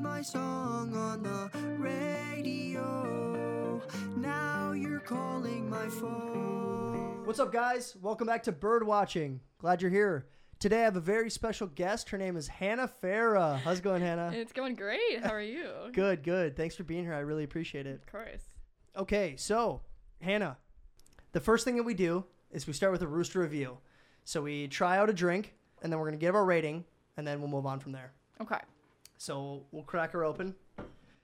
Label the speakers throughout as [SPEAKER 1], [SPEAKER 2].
[SPEAKER 1] my song on the radio. Now you're calling my phone.
[SPEAKER 2] What's up, guys? Welcome back to Bird Watching. Glad you're here. Today I have a very special guest. Her name is Hannah Farah. How's it going, Hannah?
[SPEAKER 3] It's going great. How are you?
[SPEAKER 2] Good, good. Thanks for being here. I really appreciate it.
[SPEAKER 3] Of course.
[SPEAKER 2] Okay, so Hannah, the first thing that we do is we start with a rooster review. So we try out a drink, and then we're gonna give our rating, and then we'll move on from there.
[SPEAKER 3] Okay.
[SPEAKER 2] So we'll crack her open.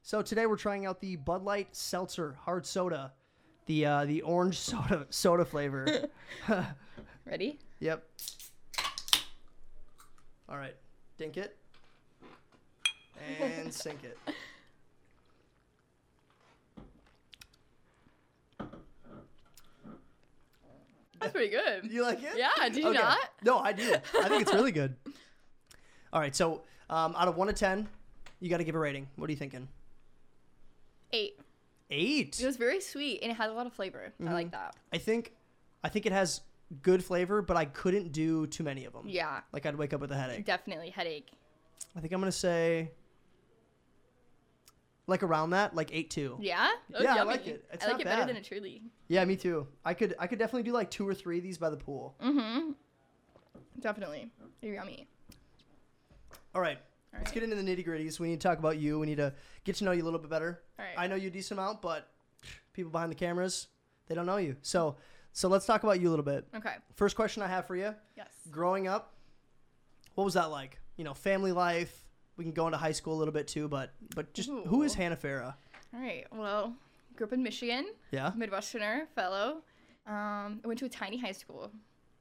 [SPEAKER 2] So today we're trying out the Bud Light Seltzer Hard Soda, the uh, the orange soda soda flavor.
[SPEAKER 3] Ready?
[SPEAKER 2] yep. All right, dink it and sink it.
[SPEAKER 3] That's pretty good.
[SPEAKER 2] You like it?
[SPEAKER 3] Yeah, do you not?
[SPEAKER 2] No, I do. I think it's really good. All right, so um, out of one to ten, you got to give a rating. What are you thinking?
[SPEAKER 3] Eight.
[SPEAKER 2] Eight.
[SPEAKER 3] It was very sweet and it had a lot of flavor. I like that.
[SPEAKER 2] I think, I think it has good flavor, but I couldn't do too many of them.
[SPEAKER 3] Yeah.
[SPEAKER 2] Like I'd wake up with a headache.
[SPEAKER 3] Definitely headache.
[SPEAKER 2] I think I'm gonna say, like around that, like eight two.
[SPEAKER 3] Yeah? That was
[SPEAKER 2] Yeah, I
[SPEAKER 3] yummy.
[SPEAKER 2] like it. It's
[SPEAKER 3] I like
[SPEAKER 2] not
[SPEAKER 3] it better
[SPEAKER 2] bad.
[SPEAKER 3] than a truly.
[SPEAKER 2] Yeah, me too. I could, I could definitely do like two or three of these by the pool.
[SPEAKER 3] Mm-hmm. Definitely. They're yummy.
[SPEAKER 2] All right.
[SPEAKER 3] All
[SPEAKER 2] Let's
[SPEAKER 3] right.
[SPEAKER 2] get into the nitty gritties. We need to talk about you. We need to get to know you a little bit better.
[SPEAKER 3] All right.
[SPEAKER 2] I know you a decent amount, but people behind the cameras, they don't know you. So, so let's talk about you a little bit.
[SPEAKER 3] Okay.
[SPEAKER 2] First question I have for you:
[SPEAKER 3] Yes.
[SPEAKER 2] Growing up, what was that like? You know, family life. We can go into high school a little bit too, but but just who is
[SPEAKER 3] Ooh.
[SPEAKER 2] Hannah Farah?
[SPEAKER 3] All right. Well, grew up in Michigan,
[SPEAKER 2] Yeah.
[SPEAKER 3] Midwesterner fellow. Um, I went to a tiny high school,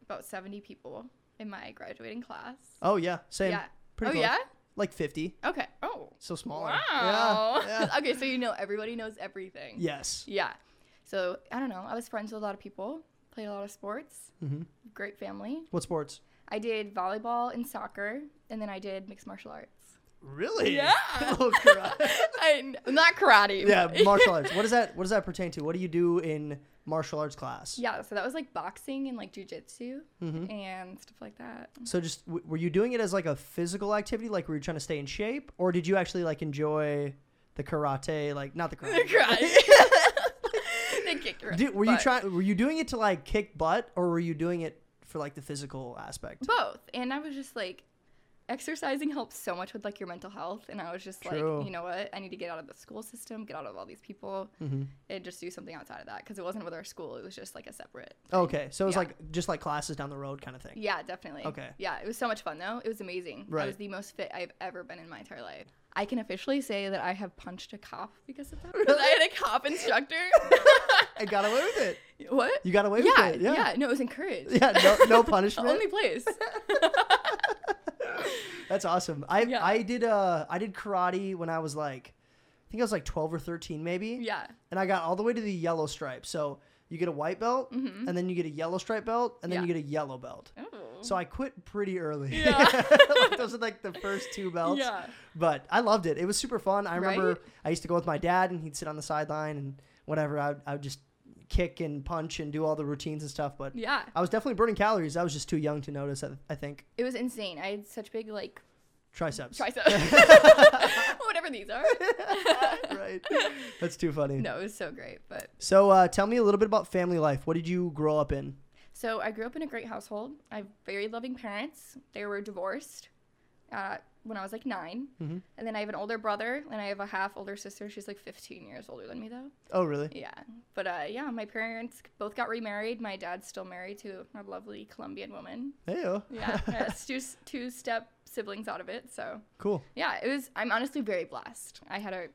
[SPEAKER 3] about 70 people in my graduating class.
[SPEAKER 2] Oh yeah, same.
[SPEAKER 3] yeah.
[SPEAKER 2] Pretty
[SPEAKER 3] oh,
[SPEAKER 2] close.
[SPEAKER 3] yeah?
[SPEAKER 2] Like fifty,
[SPEAKER 3] Okay. Oh.
[SPEAKER 2] so smaller.
[SPEAKER 3] Wow.
[SPEAKER 2] Yeah. yeah.
[SPEAKER 3] okay, so you know everybody knows everything.
[SPEAKER 2] yes.
[SPEAKER 3] Yeah. So I don't know. I was friends with a lot of people. Played a lot of sports.
[SPEAKER 2] Mhm.
[SPEAKER 3] Great family.
[SPEAKER 2] What sports?
[SPEAKER 3] I did volleyball and soccer, and then I did mixed martial arts.
[SPEAKER 2] Really?
[SPEAKER 3] Yeah.
[SPEAKER 2] oh, crap.
[SPEAKER 3] I, not karate.
[SPEAKER 2] Yeah, martial arts. What does that what does that pertain to? What do you do in martial arts class?
[SPEAKER 3] yeah. So that was like boxing and like jujitsu
[SPEAKER 2] Mhm.
[SPEAKER 3] and stuff like that.
[SPEAKER 2] So just w- were you doing it as like a physical activity, like were you trying to stay in shape, or did you actually like enjoy the karate, like not the karate?
[SPEAKER 3] karate. they kicked her.
[SPEAKER 2] Did, were you
[SPEAKER 3] butt.
[SPEAKER 2] trying? Were you doing it to like kick butt, or were you doing it for like the physical aspect?
[SPEAKER 3] both and i was just like exercising helps so much with like your mental health and i was just
[SPEAKER 2] True.
[SPEAKER 3] like you know what i need to get out of the school system get out of all these people
[SPEAKER 2] Mm-hmm.
[SPEAKER 3] and just do something outside of that because it wasn't with our school it was just like a separate
[SPEAKER 2] Okay, so it was
[SPEAKER 3] Yeah.
[SPEAKER 2] like just like classes down the road kind of thing.
[SPEAKER 3] yeah definitely
[SPEAKER 2] Okay.
[SPEAKER 3] yeah it was so much fun though it was amazing i
[SPEAKER 2] Right.
[SPEAKER 3] was the most fit i've ever been in my entire life i can officially say that i have punched a cop because of that 'Cause i had a cop instructor
[SPEAKER 2] I got away with it.
[SPEAKER 3] what
[SPEAKER 2] You got away
[SPEAKER 3] yeah,
[SPEAKER 2] with it. Yeah,
[SPEAKER 3] no it was encouraged
[SPEAKER 2] Yeah, no, no
[SPEAKER 3] the
[SPEAKER 2] punishment.
[SPEAKER 3] only place
[SPEAKER 2] That's awesome. I
[SPEAKER 3] Yeah.
[SPEAKER 2] I did uh I did karate when I was like, I think I was like twelve or thirteen maybe.
[SPEAKER 3] yeah
[SPEAKER 2] and I got all the way to the yellow stripe. So you get a white belt, and then you get a yellow stripe belt, and then
[SPEAKER 3] Mm-hmm. Yeah.
[SPEAKER 2] you get a yellow belt. So I quit pretty early.
[SPEAKER 3] Yeah.
[SPEAKER 2] Like, those are like the first two belts.
[SPEAKER 3] Yeah.
[SPEAKER 2] But I loved it. It was super fun. I remember
[SPEAKER 3] Right?
[SPEAKER 2] I used to go with my dad, and he'd sit on the sideline and whatever. I would, I would just kick and punch and do all the routines and stuff. But
[SPEAKER 3] yeah
[SPEAKER 2] I was definitely burning calories. I was just too young to notice. I, I think
[SPEAKER 3] It was insane. I had such big like
[SPEAKER 2] triceps.
[SPEAKER 3] triceps, whatever these are.
[SPEAKER 2] right. That's too funny.
[SPEAKER 3] No, it was so great. But
[SPEAKER 2] So uh, tell me a little bit about family life. What did you grow up in?
[SPEAKER 3] so I grew up in a great household. I have very loving parents. They were divorced uh, when I was like 9 and then I have an older brother and I have a half older sister. She's like 15 years older than me though.
[SPEAKER 2] Oh, really?
[SPEAKER 3] Yeah, but uh, yeah, my parents both got remarried. My dad's still married to a lovely Colombian woman.
[SPEAKER 2] Hey, oh,
[SPEAKER 3] Yeah, that's two two step siblings out of it. So
[SPEAKER 2] cool.
[SPEAKER 3] yeah, it was. I'm honestly very blessed. I had a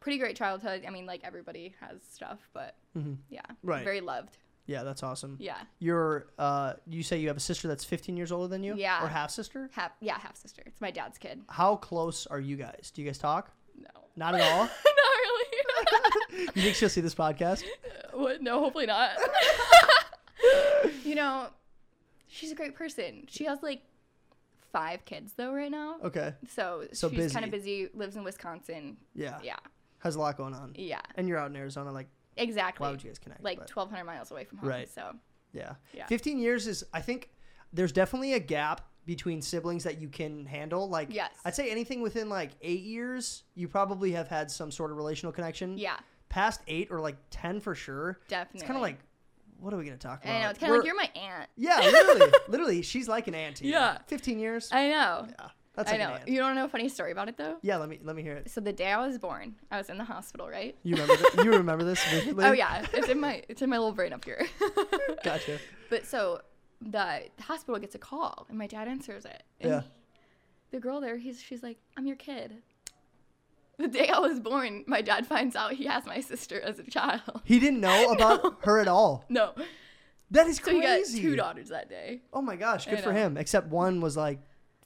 [SPEAKER 3] pretty great childhood. I mean, like everybody has stuff, but yeah,
[SPEAKER 2] Mm-hmm. Right.
[SPEAKER 3] very loved.
[SPEAKER 2] Yeah, that's awesome.
[SPEAKER 3] Yeah,
[SPEAKER 2] You're uh you say you have a sister that's 15 years older than you?
[SPEAKER 3] Yeah.
[SPEAKER 2] Or half sister?
[SPEAKER 3] half yeah half sister. It's my dad's kid.
[SPEAKER 2] How close are you guys? Do you guys talk?
[SPEAKER 3] No,
[SPEAKER 2] Not at all.
[SPEAKER 3] not really.
[SPEAKER 2] you think she'll see this podcast?
[SPEAKER 3] what? No, hopefully not. you know, she's a great person. She has like five kids though right now.
[SPEAKER 2] Okay.
[SPEAKER 3] So,
[SPEAKER 2] Oh, So
[SPEAKER 3] she's kind
[SPEAKER 2] busy. Ah.
[SPEAKER 3] of busy. Lives in Wisconsin.
[SPEAKER 2] Yeah.
[SPEAKER 3] Yeah,
[SPEAKER 2] Has a lot going on.
[SPEAKER 3] yeah,
[SPEAKER 2] And you're out in Arizona like
[SPEAKER 3] exactly.
[SPEAKER 2] why would you guys connect?
[SPEAKER 3] like
[SPEAKER 2] But,
[SPEAKER 3] 1,200 miles away from home.
[SPEAKER 2] Right.
[SPEAKER 3] So
[SPEAKER 2] yeah.
[SPEAKER 3] yeah.
[SPEAKER 2] 15 years is I think there's definitely a gap between siblings that you can handle. Like,
[SPEAKER 3] Yes.
[SPEAKER 2] I'd say anything within like eight years, you probably have had some sort of relational connection.
[SPEAKER 3] Yeah,
[SPEAKER 2] Past eight or like 10 for sure.
[SPEAKER 3] definitely.
[SPEAKER 2] It's kind of like, what are we going to talk about?
[SPEAKER 3] I know it's kind of like
[SPEAKER 2] We're-
[SPEAKER 3] you're my aunt.
[SPEAKER 2] Yeah, literally. literally, she's like an auntie.
[SPEAKER 3] Yeah.
[SPEAKER 2] 15 years.
[SPEAKER 3] I know.
[SPEAKER 2] yeah. That's
[SPEAKER 3] I
[SPEAKER 2] like
[SPEAKER 3] know.
[SPEAKER 2] an aunt.
[SPEAKER 3] You don't know a funny story about it though.
[SPEAKER 2] yeah, let me let me hear it.
[SPEAKER 3] So the day I was born, I was in the hospital, right?
[SPEAKER 2] You remember th- you remember this vividly?
[SPEAKER 3] Oh yeah, it's in my it's in my little brain up here.
[SPEAKER 2] Gotcha.
[SPEAKER 3] But so the, the hospital gets a call, and my dad answers it. And
[SPEAKER 2] Yeah.
[SPEAKER 3] he- the girl there, he's she's like, "I'm your kid." The day I was born, my dad finds out he has my sister as a child.
[SPEAKER 2] He didn't know about her at all.
[SPEAKER 3] No,
[SPEAKER 2] That is
[SPEAKER 3] so
[SPEAKER 2] crazy.
[SPEAKER 3] he got two daughters that day.
[SPEAKER 2] Oh my gosh, good
[SPEAKER 3] I
[SPEAKER 2] for
[SPEAKER 3] know.
[SPEAKER 2] him. Except one was like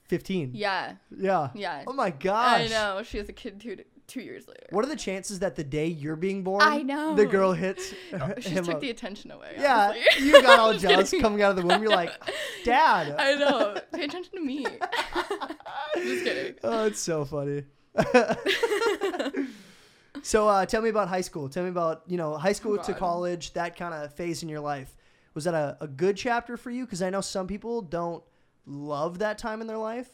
[SPEAKER 2] 15.
[SPEAKER 3] Yeah,
[SPEAKER 2] Yeah.
[SPEAKER 3] Yeah.
[SPEAKER 2] Oh my gosh.
[SPEAKER 3] I know she has a kid two two years later.
[SPEAKER 2] What are the chances that the day you're being born,
[SPEAKER 3] I know. Oh,
[SPEAKER 2] the girl hits
[SPEAKER 3] She
[SPEAKER 2] him
[SPEAKER 3] just took
[SPEAKER 2] up?
[SPEAKER 3] the attention away.
[SPEAKER 2] yeah,
[SPEAKER 3] honestly.
[SPEAKER 2] you got all
[SPEAKER 3] Just
[SPEAKER 2] jealous
[SPEAKER 3] kidding.
[SPEAKER 2] coming out of the womb. You're like, Dad.
[SPEAKER 3] I know. Pay attention to me. just kidding.
[SPEAKER 2] oh, it's so funny. so uh, tell me about high school. Tell me about, you know, high school to
[SPEAKER 3] God.
[SPEAKER 2] college, that kind of phase in your life. Was that a, a good chapter for you? Because I know some people don't love that time in their life.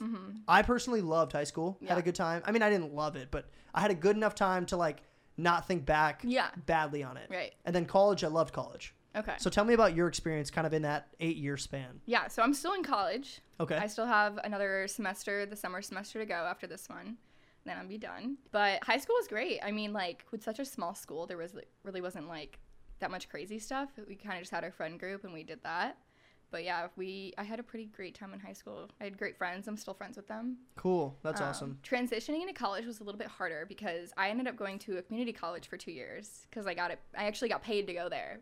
[SPEAKER 2] I personally loved high school, had
[SPEAKER 3] Mm-hmm. Yeah.
[SPEAKER 2] a good time. I mean, I didn't love it, but I had a good enough time to like not think back
[SPEAKER 3] Yeah.
[SPEAKER 2] badly on it.
[SPEAKER 3] Right.
[SPEAKER 2] And then college, I loved college.
[SPEAKER 3] Okay.
[SPEAKER 2] So tell me about your experience kind of in that eight year span.
[SPEAKER 3] yeah, so I'm still in college.
[SPEAKER 2] Okay.
[SPEAKER 3] I still have another semester, the summer semester to go after this one. Then I'll be done. But high school was great. I mean, like with such a small school, there was like, really wasn't like that much crazy stuff. We kind of just had our friend group and we did that. But yeah, we I had a pretty great time in high school. I had great friends. I'm still friends with them.
[SPEAKER 2] cool. That's
[SPEAKER 3] Um,
[SPEAKER 2] awesome.
[SPEAKER 3] Transitioning into college was a little bit harder because I ended up going to a community college for two years because I got it. I actually got paid to go there.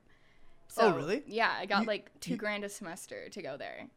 [SPEAKER 2] Oh, really?
[SPEAKER 3] Yeah, I got
[SPEAKER 2] You-
[SPEAKER 3] like two
[SPEAKER 2] you-
[SPEAKER 3] grand a semester to go there.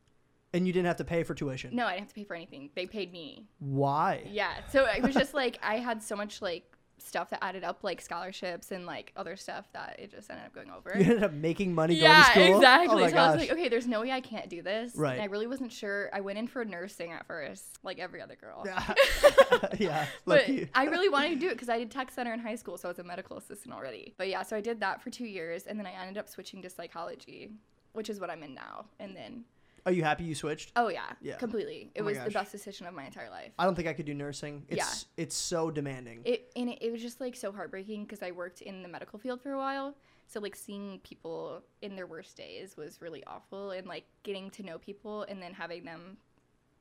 [SPEAKER 2] And you didn't have to pay for tuition.
[SPEAKER 3] No, I didn't have to pay for anything. They paid me.
[SPEAKER 2] Why?
[SPEAKER 3] Yeah, so it was just like I had so much like stuff that added up, like scholarships and like other stuff that it just ended up going over.
[SPEAKER 2] You ended up making money going to
[SPEAKER 3] Yeah,
[SPEAKER 2] school.
[SPEAKER 3] exactly.
[SPEAKER 2] Oh my
[SPEAKER 3] so I
[SPEAKER 2] gosh.
[SPEAKER 3] was like, okay, there's no way I can't do this.
[SPEAKER 2] Right.
[SPEAKER 3] And I really wasn't sure. I went in for nursing at first, like every other girl.
[SPEAKER 2] yeah.
[SPEAKER 3] But
[SPEAKER 2] lucky.
[SPEAKER 3] I really wanted to do it because I did tech center in high school, so I was a medical assistant already. But yeah, so I did that for two years, and then I ended up switching to psychology, which is what I'm in now. And then,
[SPEAKER 2] Are you happy you switched?
[SPEAKER 3] oh yeah,
[SPEAKER 2] Yeah.
[SPEAKER 3] completely. It
[SPEAKER 2] Oh my
[SPEAKER 3] was the
[SPEAKER 2] gosh.
[SPEAKER 3] best decision of my entire life.
[SPEAKER 2] I don't think I could do nursing. It's it's so demanding.
[SPEAKER 3] It and it, it was just like so heartbreaking because I worked in the medical field for a while, so like seeing people in their worst days was really awful, and like getting to know people and then having them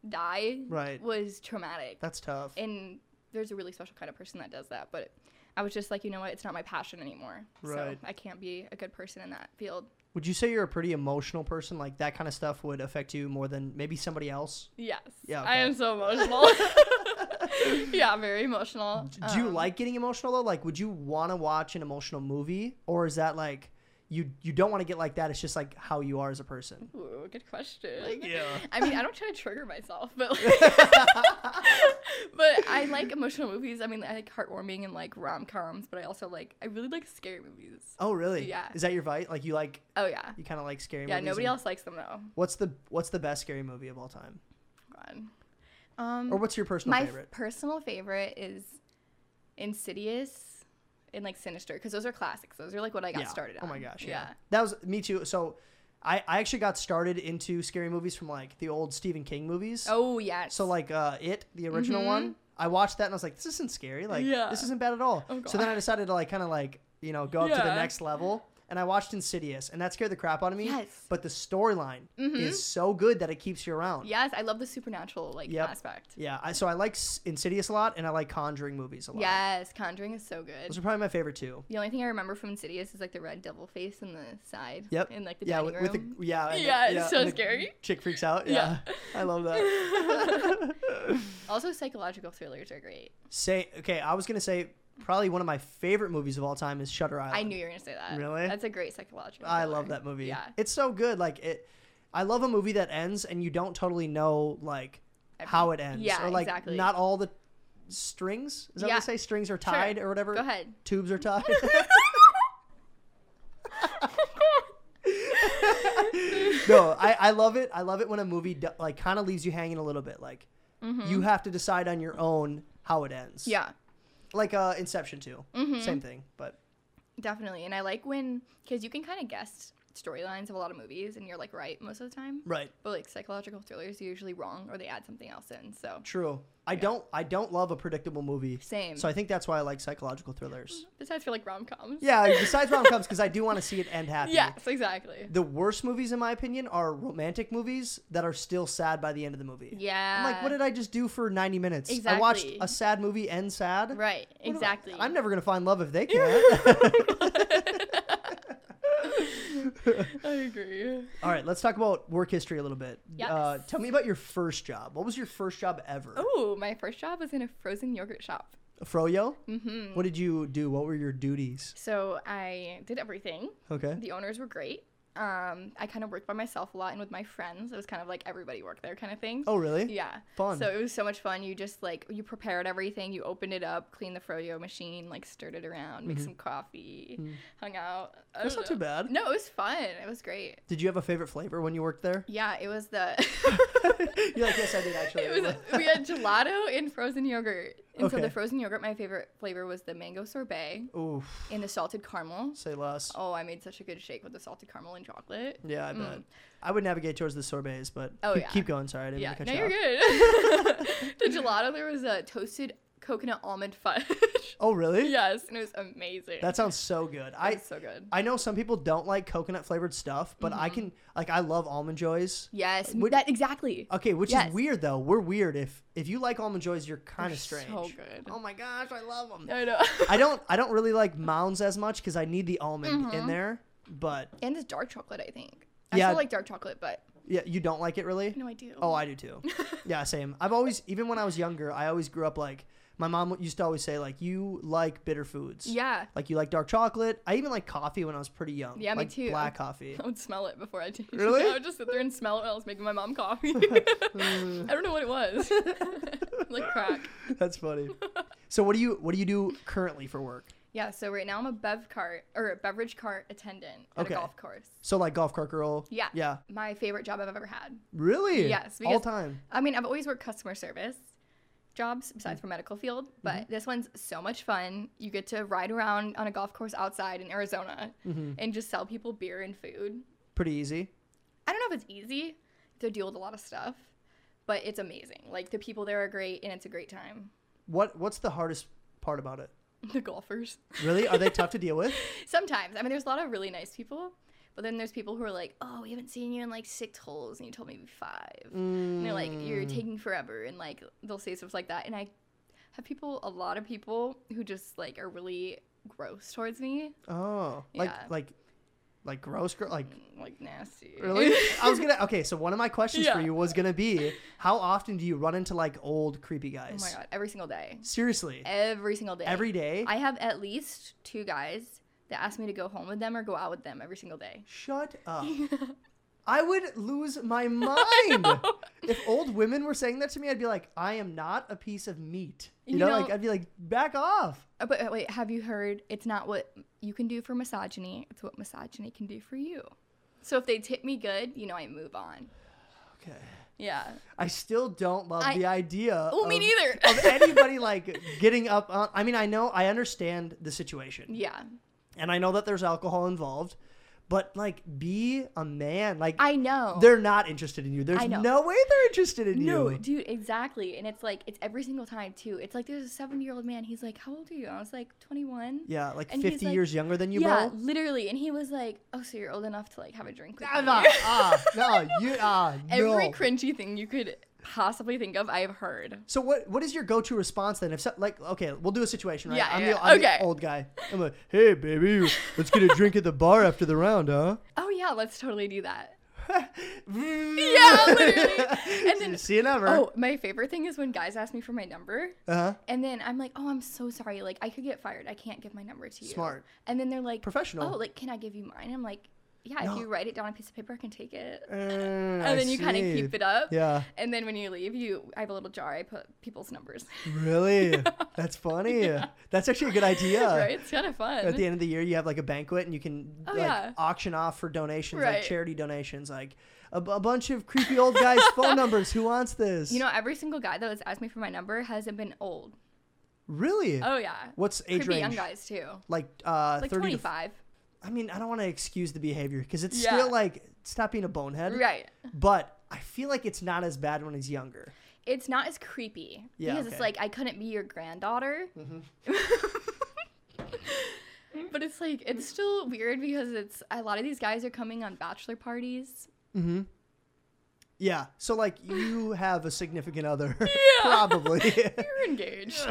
[SPEAKER 3] die
[SPEAKER 2] Right.
[SPEAKER 3] was traumatic.
[SPEAKER 2] That's tough.
[SPEAKER 3] and there's a really special kind of person that does that but i was just like you know what it's not my passion anymore
[SPEAKER 2] Right.
[SPEAKER 3] so i can't be a good person in that field
[SPEAKER 2] Would you say you're a pretty emotional person? Like that kind of stuff would affect you more than maybe somebody else?
[SPEAKER 3] yes
[SPEAKER 2] Yeah,
[SPEAKER 3] i
[SPEAKER 2] okay.
[SPEAKER 3] am so emotional yeah I'm very emotional
[SPEAKER 2] D- Do you
[SPEAKER 3] Um,
[SPEAKER 2] like getting emotional though? Like would you want to watch an emotional movie or is that like you you don't want to get like that? It's just like how you are as a person.
[SPEAKER 3] ooh, good question
[SPEAKER 2] yeah.
[SPEAKER 3] i mean i don't try to trigger myself but like, but i like emotional movies i mean i like heartwarming and like rom-coms but i also like i really like scary movies
[SPEAKER 2] Oh really?
[SPEAKER 3] Yeah.
[SPEAKER 2] Is that your vibe? Like you like
[SPEAKER 3] oh yeah
[SPEAKER 2] you kind of like scary
[SPEAKER 3] yeah
[SPEAKER 2] movies?
[SPEAKER 3] nobody
[SPEAKER 2] and-
[SPEAKER 3] else likes them though
[SPEAKER 2] What's the what's the best scary movie of all time?
[SPEAKER 3] God. um
[SPEAKER 2] Or what's your personal
[SPEAKER 3] my f-
[SPEAKER 2] favorite?
[SPEAKER 3] personal favorite is Insidious and like Sinister because those are classics. Those are like what I got started on.
[SPEAKER 2] Oh my gosh, yeah. That was me too. So I, I actually got started into scary movies from like the old Stephen King movies.
[SPEAKER 3] Oh yes. Mm-hmm.
[SPEAKER 2] So like uh It, the original one. I watched that and I was like, this isn't scary. Like
[SPEAKER 3] Yeah.
[SPEAKER 2] this isn't bad at all.
[SPEAKER 3] Oh,
[SPEAKER 2] so then
[SPEAKER 3] God.
[SPEAKER 2] I decided to like kind of like, you know, go up to the
[SPEAKER 3] Yeah.
[SPEAKER 2] next level. And I watched Insidious, and that scared the crap out of me.
[SPEAKER 3] Yes. Mm-hmm.
[SPEAKER 2] But the storyline is so good that it keeps you around.
[SPEAKER 3] yes, I love the supernatural like
[SPEAKER 2] Yep.
[SPEAKER 3] aspect.
[SPEAKER 2] Yeah. I, so I like S- Insidious a lot, and I like Conjuring movies a lot.
[SPEAKER 3] Yes, Conjuring is so
[SPEAKER 2] Those
[SPEAKER 3] good.
[SPEAKER 2] are probably my favorite two.
[SPEAKER 3] The only thing I remember from Insidious is like the red devil face in the side.
[SPEAKER 2] Yep.
[SPEAKER 3] In like the
[SPEAKER 2] yeah,
[SPEAKER 3] dining
[SPEAKER 2] with,
[SPEAKER 3] room.
[SPEAKER 2] With the, yeah, and the-
[SPEAKER 3] Yeah, it's so
[SPEAKER 2] and the
[SPEAKER 3] scary.
[SPEAKER 2] Chick freaks out. Yeah,
[SPEAKER 3] Yeah.
[SPEAKER 2] I love that.
[SPEAKER 3] also, psychological thrillers are great.
[SPEAKER 2] say okay, I was gonna say probably one of my favorite movies of all time is Shutter Island.
[SPEAKER 3] I knew you were gonna say that.
[SPEAKER 2] Really?
[SPEAKER 3] That's a great psychological.
[SPEAKER 2] I love
[SPEAKER 3] thriller.
[SPEAKER 2] that movie.
[SPEAKER 3] Yeah.
[SPEAKER 2] it's so good. Like it, I love a movie that ends and you don't totally know like how it ends.
[SPEAKER 3] Yeah,
[SPEAKER 2] or like
[SPEAKER 3] exactly.
[SPEAKER 2] not all the strings. Is that
[SPEAKER 3] Yeah.
[SPEAKER 2] what they say? Strings are tied or whatever.
[SPEAKER 3] Go ahead.
[SPEAKER 2] Tubes are tied. no, I, I love it. I love it when a movie do, like kind of leaves you hanging a little bit. Like you have to decide on your own how it ends.
[SPEAKER 3] Mm-hmm. Yeah. Mm-hmm.
[SPEAKER 2] like uh, Inception too. Same thing, but
[SPEAKER 3] Definitely. And I like when, because you can kind of guess storylines of a lot of movies, and you're like right most of the time.
[SPEAKER 2] Right.
[SPEAKER 3] But like psychological thrillers are usually wrong, or they add something else in. So
[SPEAKER 2] True. I don't. I don't love a predictable movie.
[SPEAKER 3] same.
[SPEAKER 2] So I think that's why I like psychological thrillers.
[SPEAKER 3] Besides for like rom coms.
[SPEAKER 2] Yeah. Besides rom coms, because I do want to see it end happy.
[SPEAKER 3] Yes, exactly.
[SPEAKER 2] The worst movies, in my opinion, are romantic movies that are still sad by the end of the movie.
[SPEAKER 3] Yeah.
[SPEAKER 2] I'm like, what did I just do for 90 minutes? I watched
[SPEAKER 3] Exactly.
[SPEAKER 2] a sad movie end sad.
[SPEAKER 3] Right.
[SPEAKER 2] What am I-
[SPEAKER 3] Exactly.
[SPEAKER 2] I'm never gonna find love if they can't.
[SPEAKER 3] I agree.
[SPEAKER 2] All right, let's talk about work history a little bit.
[SPEAKER 3] Yes.
[SPEAKER 2] Uh, tell me about your first job. What was your first job ever?
[SPEAKER 3] Oh, my first job was in a frozen yogurt shop.
[SPEAKER 2] Froyo.
[SPEAKER 3] hmm
[SPEAKER 2] What did you do? What were your duties?
[SPEAKER 3] So I did everything.
[SPEAKER 2] Okay.
[SPEAKER 3] The owners were great. Um, I kind of worked by myself a lot and with my friends. It was kind of like everybody worked there kind of thing.
[SPEAKER 2] Oh, really?
[SPEAKER 3] Yeah.
[SPEAKER 2] Fun.
[SPEAKER 3] So it was so much fun. You just like you prepared everything. You opened it up, cleaned the froyo machine, like stirred it around, made some coffee, hung out. I
[SPEAKER 2] Mm-hmm. That's
[SPEAKER 3] don't
[SPEAKER 2] not too
[SPEAKER 3] know.
[SPEAKER 2] bad.
[SPEAKER 3] No, it was fun. It was great.
[SPEAKER 2] Did you have a favorite flavor when you worked there?
[SPEAKER 3] Yeah, it was the.
[SPEAKER 2] You're like, yes, I did actually.
[SPEAKER 3] It was, we had gelato and frozen yogurt. And so
[SPEAKER 2] Okay.
[SPEAKER 3] the frozen yogurt, my favorite flavor was the mango sorbet
[SPEAKER 2] Oof.
[SPEAKER 3] and the salted caramel.
[SPEAKER 2] Say less.
[SPEAKER 3] Oh, I made such a good shake with the salted caramel and chocolate.
[SPEAKER 2] Yeah, I
[SPEAKER 3] Mm.
[SPEAKER 2] bet. I would navigate towards the sorbets, but
[SPEAKER 3] Oh,
[SPEAKER 2] keep,
[SPEAKER 3] yeah.
[SPEAKER 2] keep going. Sorry, I didn't
[SPEAKER 3] Yeah,
[SPEAKER 2] mean to
[SPEAKER 3] no,
[SPEAKER 2] cut you
[SPEAKER 3] you're
[SPEAKER 2] off.
[SPEAKER 3] good. the gelato, there was a toasted coconut almond fudge.
[SPEAKER 2] Oh, really?
[SPEAKER 3] yes, and it was amazing.
[SPEAKER 2] That sounds so good. I
[SPEAKER 3] It's so good.
[SPEAKER 2] I know some people don't like coconut flavored stuff, but
[SPEAKER 3] Mm-hmm.
[SPEAKER 2] I can like I love almond joys.
[SPEAKER 3] Yes,
[SPEAKER 2] would- Oh,
[SPEAKER 3] that exactly.
[SPEAKER 2] Okay, which
[SPEAKER 3] Yes.
[SPEAKER 2] is weird though. We're weird if if you like almond joys, you're kind
[SPEAKER 3] They're
[SPEAKER 2] of strange.
[SPEAKER 3] So good.
[SPEAKER 2] Oh my gosh, I love them.
[SPEAKER 3] I know.
[SPEAKER 2] I don't I don't really like mounds as much because I need the almond
[SPEAKER 3] Mm-hmm.
[SPEAKER 2] in there. But
[SPEAKER 3] and it's dark chocolate, I think. I
[SPEAKER 2] Yeah.
[SPEAKER 3] still like dark chocolate, but
[SPEAKER 2] yeah, you don't like it really?
[SPEAKER 3] no, I do.
[SPEAKER 2] Oh, I do too. yeah, same. I've always even when I was younger, I always grew up like my mom used to always say like you like bitter foods.
[SPEAKER 3] yeah.
[SPEAKER 2] Like you like dark chocolate. I even like coffee when I was pretty young.
[SPEAKER 3] Yeah, me
[SPEAKER 2] like
[SPEAKER 3] too.
[SPEAKER 2] Black coffee.
[SPEAKER 3] I would smell it before I changed. it.
[SPEAKER 2] Really?
[SPEAKER 3] I would just sit there and smell it while I was making my mom coffee. I don't know what it was. like crack.
[SPEAKER 2] That's funny. so what do you what do you do currently for work?
[SPEAKER 3] Yeah, so right now I'm a bev cart or a beverage cart attendant at
[SPEAKER 2] Okay.
[SPEAKER 3] a golf course.
[SPEAKER 2] So like golf cart girl.
[SPEAKER 3] Yeah.
[SPEAKER 2] Yeah.
[SPEAKER 3] My favorite job I've ever had.
[SPEAKER 2] Really?
[SPEAKER 3] Yes,
[SPEAKER 2] All
[SPEAKER 3] because-
[SPEAKER 2] time.
[SPEAKER 3] I mean, I've always worked customer service jobs besides for medical field, but this one's so much fun. You get to ride around on a golf course outside in Arizona and just sell people beer and food.
[SPEAKER 2] Pretty easy.
[SPEAKER 3] I don't know if it's easy to deal with a lot of stuff, but it's amazing. Like the people there are great and it's a great time.
[SPEAKER 2] What what's the hardest part about it?
[SPEAKER 3] The golfers.
[SPEAKER 2] Really? Are they tough to deal with?
[SPEAKER 3] Sometimes. I mean, there's a lot of really nice people, but then there's people who are like, oh, we haven't seen you in like six holes and you told me five. And they're like,
[SPEAKER 2] Mm.
[SPEAKER 3] you're taking forever. And like, they'll say stuff like that. And I have people, a lot of people who just like are really gross towards me,
[SPEAKER 2] Oh. Like
[SPEAKER 3] Yeah.
[SPEAKER 2] like like gross girl like
[SPEAKER 3] like nasty.
[SPEAKER 2] really? I was gonna okay, so one of my questions for
[SPEAKER 3] Yeah.
[SPEAKER 2] you was gonna be how often do you run into like old creepy
[SPEAKER 3] oh
[SPEAKER 2] guys?
[SPEAKER 3] my God. Every single day.
[SPEAKER 2] Seriously.
[SPEAKER 3] Every single day.
[SPEAKER 2] Every day?
[SPEAKER 3] I have at least two guys that ask me to go home with them or go out with them every single day.
[SPEAKER 2] Shut up. I would lose my mind. If old women were saying that to me, I'd be like, I am not a piece of meat. You,
[SPEAKER 3] You
[SPEAKER 2] know,
[SPEAKER 3] know-
[SPEAKER 2] like I'd be like, back off.
[SPEAKER 3] Uh, But uh, wait, have you heard? It's not what you can do for misogyny; it's what misogyny can do for you. So if they tip me good, you know I move on.
[SPEAKER 2] Okay.
[SPEAKER 3] Yeah.
[SPEAKER 2] I still don't love
[SPEAKER 3] I-
[SPEAKER 2] the idea.
[SPEAKER 3] Oh, me
[SPEAKER 2] of-
[SPEAKER 3] neither.
[SPEAKER 2] of anybody like getting up on I mean, I know I understand the situation.
[SPEAKER 3] yeah,
[SPEAKER 2] And I know that there's alcohol involved, but like be a man. Like
[SPEAKER 3] I know.
[SPEAKER 2] they're not interested in you. There's
[SPEAKER 3] I know.
[SPEAKER 2] no way they're interested in
[SPEAKER 3] no,
[SPEAKER 2] you.
[SPEAKER 3] dude, exactly. And it's like it's every single time too. It's like there's a seven-year-old man. He's like, "How old are you?" And I was like, "21."
[SPEAKER 2] Yeah, like
[SPEAKER 3] And he's
[SPEAKER 2] 50
[SPEAKER 3] like-
[SPEAKER 2] years younger than you,
[SPEAKER 3] yeah,
[SPEAKER 2] bro.
[SPEAKER 3] literally. And he was like, "Oh, so you're old enough to like have a drink with
[SPEAKER 2] Ah,
[SPEAKER 3] me."
[SPEAKER 2] nah, ah, no, you ah, no.
[SPEAKER 3] Every cringy thing you could possibly think of, I have heard.
[SPEAKER 2] So what what is your go to response then? If so, like okay, we'll do a situation right.
[SPEAKER 3] Yeah,
[SPEAKER 2] I'm,
[SPEAKER 3] yeah,
[SPEAKER 2] the, I'm
[SPEAKER 3] okay.
[SPEAKER 2] the old guy. I'm like, hey baby, let's get a drink at the bar after the round, huh?
[SPEAKER 3] Oh yeah, let's totally do that.
[SPEAKER 2] yeah,
[SPEAKER 3] Yeah, literally. And then-
[SPEAKER 2] see you never.
[SPEAKER 3] Oh, my favorite thing is when guys ask me for my number.
[SPEAKER 2] Uh-huh.
[SPEAKER 3] And then I'm like, oh, I'm so sorry. Like, I could get fired. I can't give my number to you.
[SPEAKER 2] Smart.
[SPEAKER 3] And then they're like,
[SPEAKER 2] Professional.
[SPEAKER 3] Oh, like, can I give you mine? I'm like, yeah,
[SPEAKER 2] No.
[SPEAKER 3] if you write it down on a piece of paper, I can take it.
[SPEAKER 2] Uh,
[SPEAKER 3] And then you kind of keep it up.
[SPEAKER 2] Yeah,
[SPEAKER 3] And then when you leave, you I have a little jar. I put people's numbers.
[SPEAKER 2] really. That's funny. That's actually a good idea.
[SPEAKER 3] right? It's kind of fun.
[SPEAKER 2] At the end of the year, you have like a banquet, and you can
[SPEAKER 3] Oh,
[SPEAKER 2] like
[SPEAKER 3] yeah.
[SPEAKER 2] auction off for donations, like
[SPEAKER 3] Right.
[SPEAKER 2] charity donations, like a, a bunch of creepy old guys' phone numbers. Who wants this?
[SPEAKER 3] you know, every single guy that has asked me for my number hasn't been old.
[SPEAKER 2] really?
[SPEAKER 3] Oh yeah.
[SPEAKER 2] What's age
[SPEAKER 3] Could be
[SPEAKER 2] range?
[SPEAKER 3] young guys too.
[SPEAKER 2] Like uh,
[SPEAKER 3] Like
[SPEAKER 2] thirty
[SPEAKER 3] 25.
[SPEAKER 2] to. I mean, I don't want to excuse the behavior because it's
[SPEAKER 3] Yeah.
[SPEAKER 2] still like stop being a bonehead.
[SPEAKER 3] Right.
[SPEAKER 2] But I feel like it's not as bad when he's younger.
[SPEAKER 3] It's not as creepy.
[SPEAKER 2] Yeah,
[SPEAKER 3] Because it's
[SPEAKER 2] okay. Mm-hmm.
[SPEAKER 3] like I couldn't be your granddaughter. but it's like it's still weird because it's a lot of these guys are coming on bachelor parties.
[SPEAKER 2] Mm-hmm. Yeah. So like you have a significant other, probably.
[SPEAKER 3] You're engaged.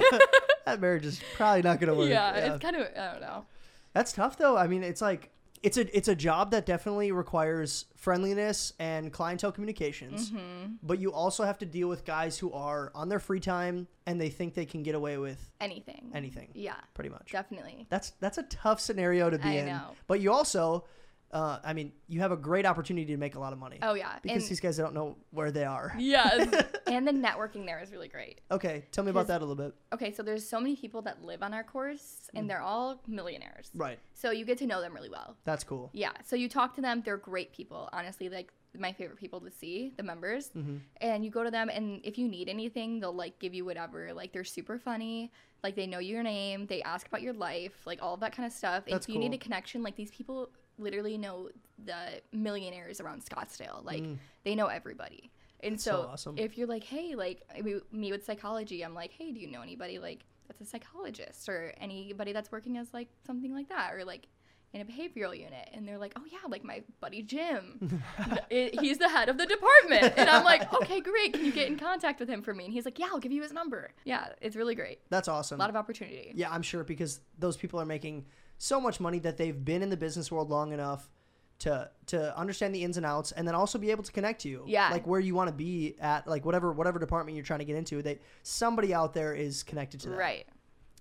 [SPEAKER 2] that marriage is probably not gonna work.
[SPEAKER 3] yeah, it's kind of I don't know.
[SPEAKER 2] That's tough though. I mean, it's like it's a it's a job that definitely requires friendliness and clientele communications.
[SPEAKER 3] Mm-hmm.
[SPEAKER 2] But you also have to deal with guys who are on their free time and they think they can get away with
[SPEAKER 3] Anything.
[SPEAKER 2] anything,
[SPEAKER 3] Yeah,
[SPEAKER 2] pretty much.
[SPEAKER 3] definitely.
[SPEAKER 2] That's that's a tough scenario to be
[SPEAKER 3] I
[SPEAKER 2] in.
[SPEAKER 3] know.
[SPEAKER 2] But you also, uh, I mean, you have a great opportunity to make a lot of money.
[SPEAKER 3] Oh yeah.
[SPEAKER 2] Because
[SPEAKER 3] and,
[SPEAKER 2] these guys don't know where they are.
[SPEAKER 3] Yes. and the networking there is really great.
[SPEAKER 2] Okay, tell me about
[SPEAKER 3] Because-
[SPEAKER 2] that a little bit.
[SPEAKER 3] Okay, so there's so many people that live on our course and they're all millionaires.
[SPEAKER 2] Mm. Right,
[SPEAKER 3] So you get to know them really well.
[SPEAKER 2] that's cool.
[SPEAKER 3] Yeah. So you talk to them. They're great people. Honestly, like my favorite people to see, the members.
[SPEAKER 2] Mm-hmm.
[SPEAKER 3] And you go to them, and if you need anything, they'll like give you whatever. Like they're super funny. Like they know your name. They ask about your life. Like all of that kind of stuff.
[SPEAKER 2] That's
[SPEAKER 3] if you need
[SPEAKER 2] cool.
[SPEAKER 3] a connection, like these people literally know the millionaires around Scottsdale. Like
[SPEAKER 2] Mm.
[SPEAKER 3] they know everybody. And
[SPEAKER 2] so
[SPEAKER 3] so,
[SPEAKER 2] awesome.
[SPEAKER 3] if you're like, hey, like I mean, me with psychology, I'm like, hey, do you know anybody like that's a psychologist or anybody that's working as like something like that or like in a behavioral unit? And they're like, oh yeah, like my buddy Jim, It- he's the head of the department. And I'm like, okay, great. Can you get in contact with him for me? And he's like, yeah, I'll give you his number. Yeah, it's really great.
[SPEAKER 2] That's awesome.
[SPEAKER 3] A lot of opportunity.
[SPEAKER 2] yeah, I'm sure because those people are making so much money that they've been in the business world long enough to to understand the ins and outs and then also be able to connect to you.
[SPEAKER 3] Yeah.
[SPEAKER 2] Like where you want to be at, like whatever whatever department you're trying to get into, they somebody out there is connected to that.
[SPEAKER 3] Right.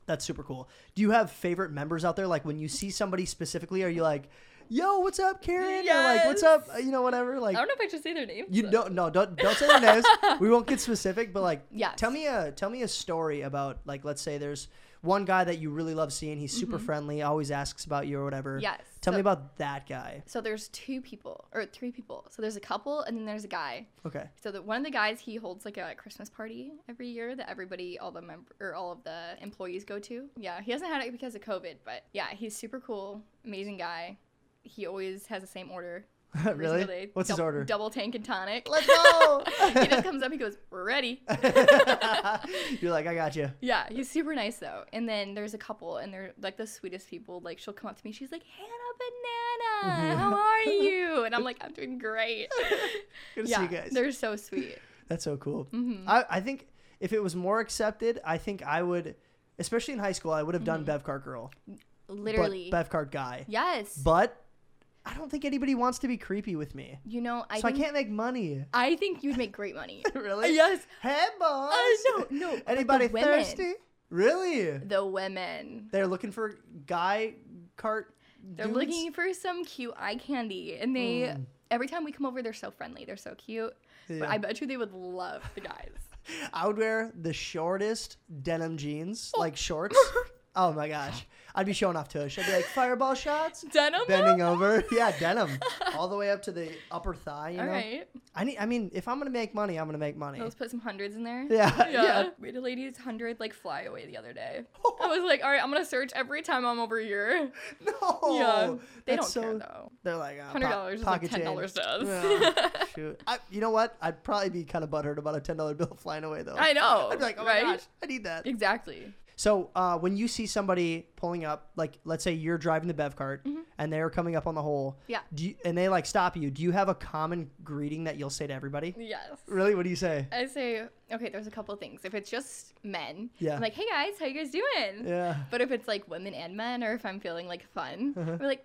[SPEAKER 2] That's super cool. Do you have favorite members out there? Like when you see somebody specifically, are you like, "Yo, what's up, Karen?" Or like, "What's up?" You know, whatever. Like,
[SPEAKER 3] I don't know if I should say their names.
[SPEAKER 2] you
[SPEAKER 3] but-
[SPEAKER 2] don't. No, don't don't say their names. we won't get specific, but like,
[SPEAKER 3] Yes.
[SPEAKER 2] Tell me a tell me a story about like, let's say there's one guy that you really love seeing. He's super friendly. Always asks about you or whatever.
[SPEAKER 3] Mm-hmm. Yes.
[SPEAKER 2] Tell me
[SPEAKER 3] So-
[SPEAKER 2] about that guy.
[SPEAKER 3] So there's two people or three people. So there's a couple and then there's a guy.
[SPEAKER 2] Okay.
[SPEAKER 3] So the, one of the guys he holds like a Christmas party every year that everybody, all the member or all of the employees go to. Yeah, he hasn't had it because of COVID, but yeah, he's super cool, amazing guy. He always has the same order. every
[SPEAKER 2] Really?
[SPEAKER 3] single day.
[SPEAKER 2] What's his
[SPEAKER 3] Dou-
[SPEAKER 2] order?
[SPEAKER 3] Double tank and tonic.
[SPEAKER 2] Let's go.
[SPEAKER 3] he just comes up. He goes, "We're ready."
[SPEAKER 2] You're like, I got you.
[SPEAKER 3] Yeah, he's super nice though. And then there's a couple, and they're like the sweetest people. Like she'll come up to me, she's like, "Hannah
[SPEAKER 2] Mm-hmm.
[SPEAKER 3] Banana, how are you?" And I'm like, "I'm doing great."
[SPEAKER 2] Good to
[SPEAKER 3] yeah, Mm-hmm.
[SPEAKER 2] see you guys.
[SPEAKER 3] they're so sweet.
[SPEAKER 2] That's so cool. I, I think if it was more accepted, I think I would, especially in high school, I would have done Bevcard girl,
[SPEAKER 3] Mm-hmm. Literally,
[SPEAKER 2] but Bevcard guy.
[SPEAKER 3] yes.
[SPEAKER 2] But I don't think anybody wants to be creepy with me,
[SPEAKER 3] you know, I
[SPEAKER 2] so I
[SPEAKER 3] think,
[SPEAKER 2] can't make money.
[SPEAKER 3] I think you'd make great money.
[SPEAKER 2] really?
[SPEAKER 3] Yes.
[SPEAKER 2] Hey, boss.
[SPEAKER 3] I know, no, but the
[SPEAKER 2] Anybody
[SPEAKER 3] women-
[SPEAKER 2] thirsty? Really?
[SPEAKER 3] The women.
[SPEAKER 2] They're looking for guy cart.
[SPEAKER 3] They're
[SPEAKER 2] dudes?
[SPEAKER 3] looking for some cute eye candy, and they every time we come over, they're so friendly. They're so cute. But
[SPEAKER 2] Mm. Yeah.
[SPEAKER 3] I bet you they would love the guys.
[SPEAKER 2] I would wear the shortest denim jeans, like shorts. oh my gosh, I'd be showing off tush. I'd be like fireball shots.
[SPEAKER 3] Denim. though?
[SPEAKER 2] bending over. Yeah, denim all the way up to the upper thigh. You
[SPEAKER 3] All
[SPEAKER 2] know,
[SPEAKER 3] right.
[SPEAKER 2] I need. I mean, if I'm gonna make money, I'm gonna make money.
[SPEAKER 3] Let's put some hundreds in there.
[SPEAKER 2] Yeah,
[SPEAKER 3] Yeah.
[SPEAKER 2] yeah.
[SPEAKER 3] We had a lady's hundred like fly away the other day. I was like, all right, I'm gonna search every time I'm over here.
[SPEAKER 2] No,
[SPEAKER 3] yeah. They don't
[SPEAKER 2] Oh, that's
[SPEAKER 3] care
[SPEAKER 2] so-
[SPEAKER 3] though.
[SPEAKER 2] They're like oh,
[SPEAKER 3] Hundred dollars is like
[SPEAKER 2] pocket
[SPEAKER 3] ten
[SPEAKER 2] change.
[SPEAKER 3] dollars to us.
[SPEAKER 2] Yeah, shoot. I, you know what? I'd probably be kind of butthurt about a ten dollar bill flying away though.
[SPEAKER 3] I know.
[SPEAKER 2] I'd be like, oh
[SPEAKER 3] right?
[SPEAKER 2] my gosh, I need that.
[SPEAKER 3] Exactly.
[SPEAKER 2] So uh, when you see somebody pulling up, like let's say you're driving the bev cart and they're coming up on the hole,
[SPEAKER 3] Mm-hmm. Yeah.
[SPEAKER 2] do you, and they like stop you, do you have a common greeting that you'll say to everybody?
[SPEAKER 3] Yes.
[SPEAKER 2] Really? What do you say?
[SPEAKER 3] I say, okay, there's a couple things. If it's just men,
[SPEAKER 2] Yeah.
[SPEAKER 3] I'm like, hey guys, how you guys doing?
[SPEAKER 2] Yeah.
[SPEAKER 3] But if it's like women and men, or if I'm feeling like fun,
[SPEAKER 2] Uh-huh.
[SPEAKER 3] we're like,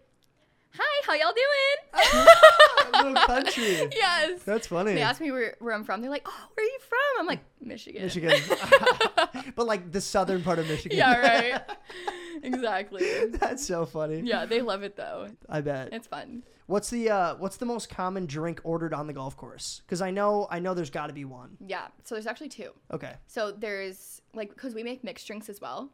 [SPEAKER 3] hi, how y'all doing?
[SPEAKER 2] Ah, Little country.
[SPEAKER 3] yes.
[SPEAKER 2] That's funny.
[SPEAKER 3] They ask me where, where I'm from. They're like, oh, where are you from? I'm like, Michigan.
[SPEAKER 2] Michigan. but like the southern part of Michigan.
[SPEAKER 3] yeah, right. exactly.
[SPEAKER 2] That's so funny.
[SPEAKER 3] Yeah, they love it though.
[SPEAKER 2] I bet.
[SPEAKER 3] It's fun.
[SPEAKER 2] What's the uh, what's the most common drink ordered on the golf course? Because I know I know there's got to be one.
[SPEAKER 3] Yeah. So there's actually two.
[SPEAKER 2] Okay.
[SPEAKER 3] So there's like because we make mixed drinks as well.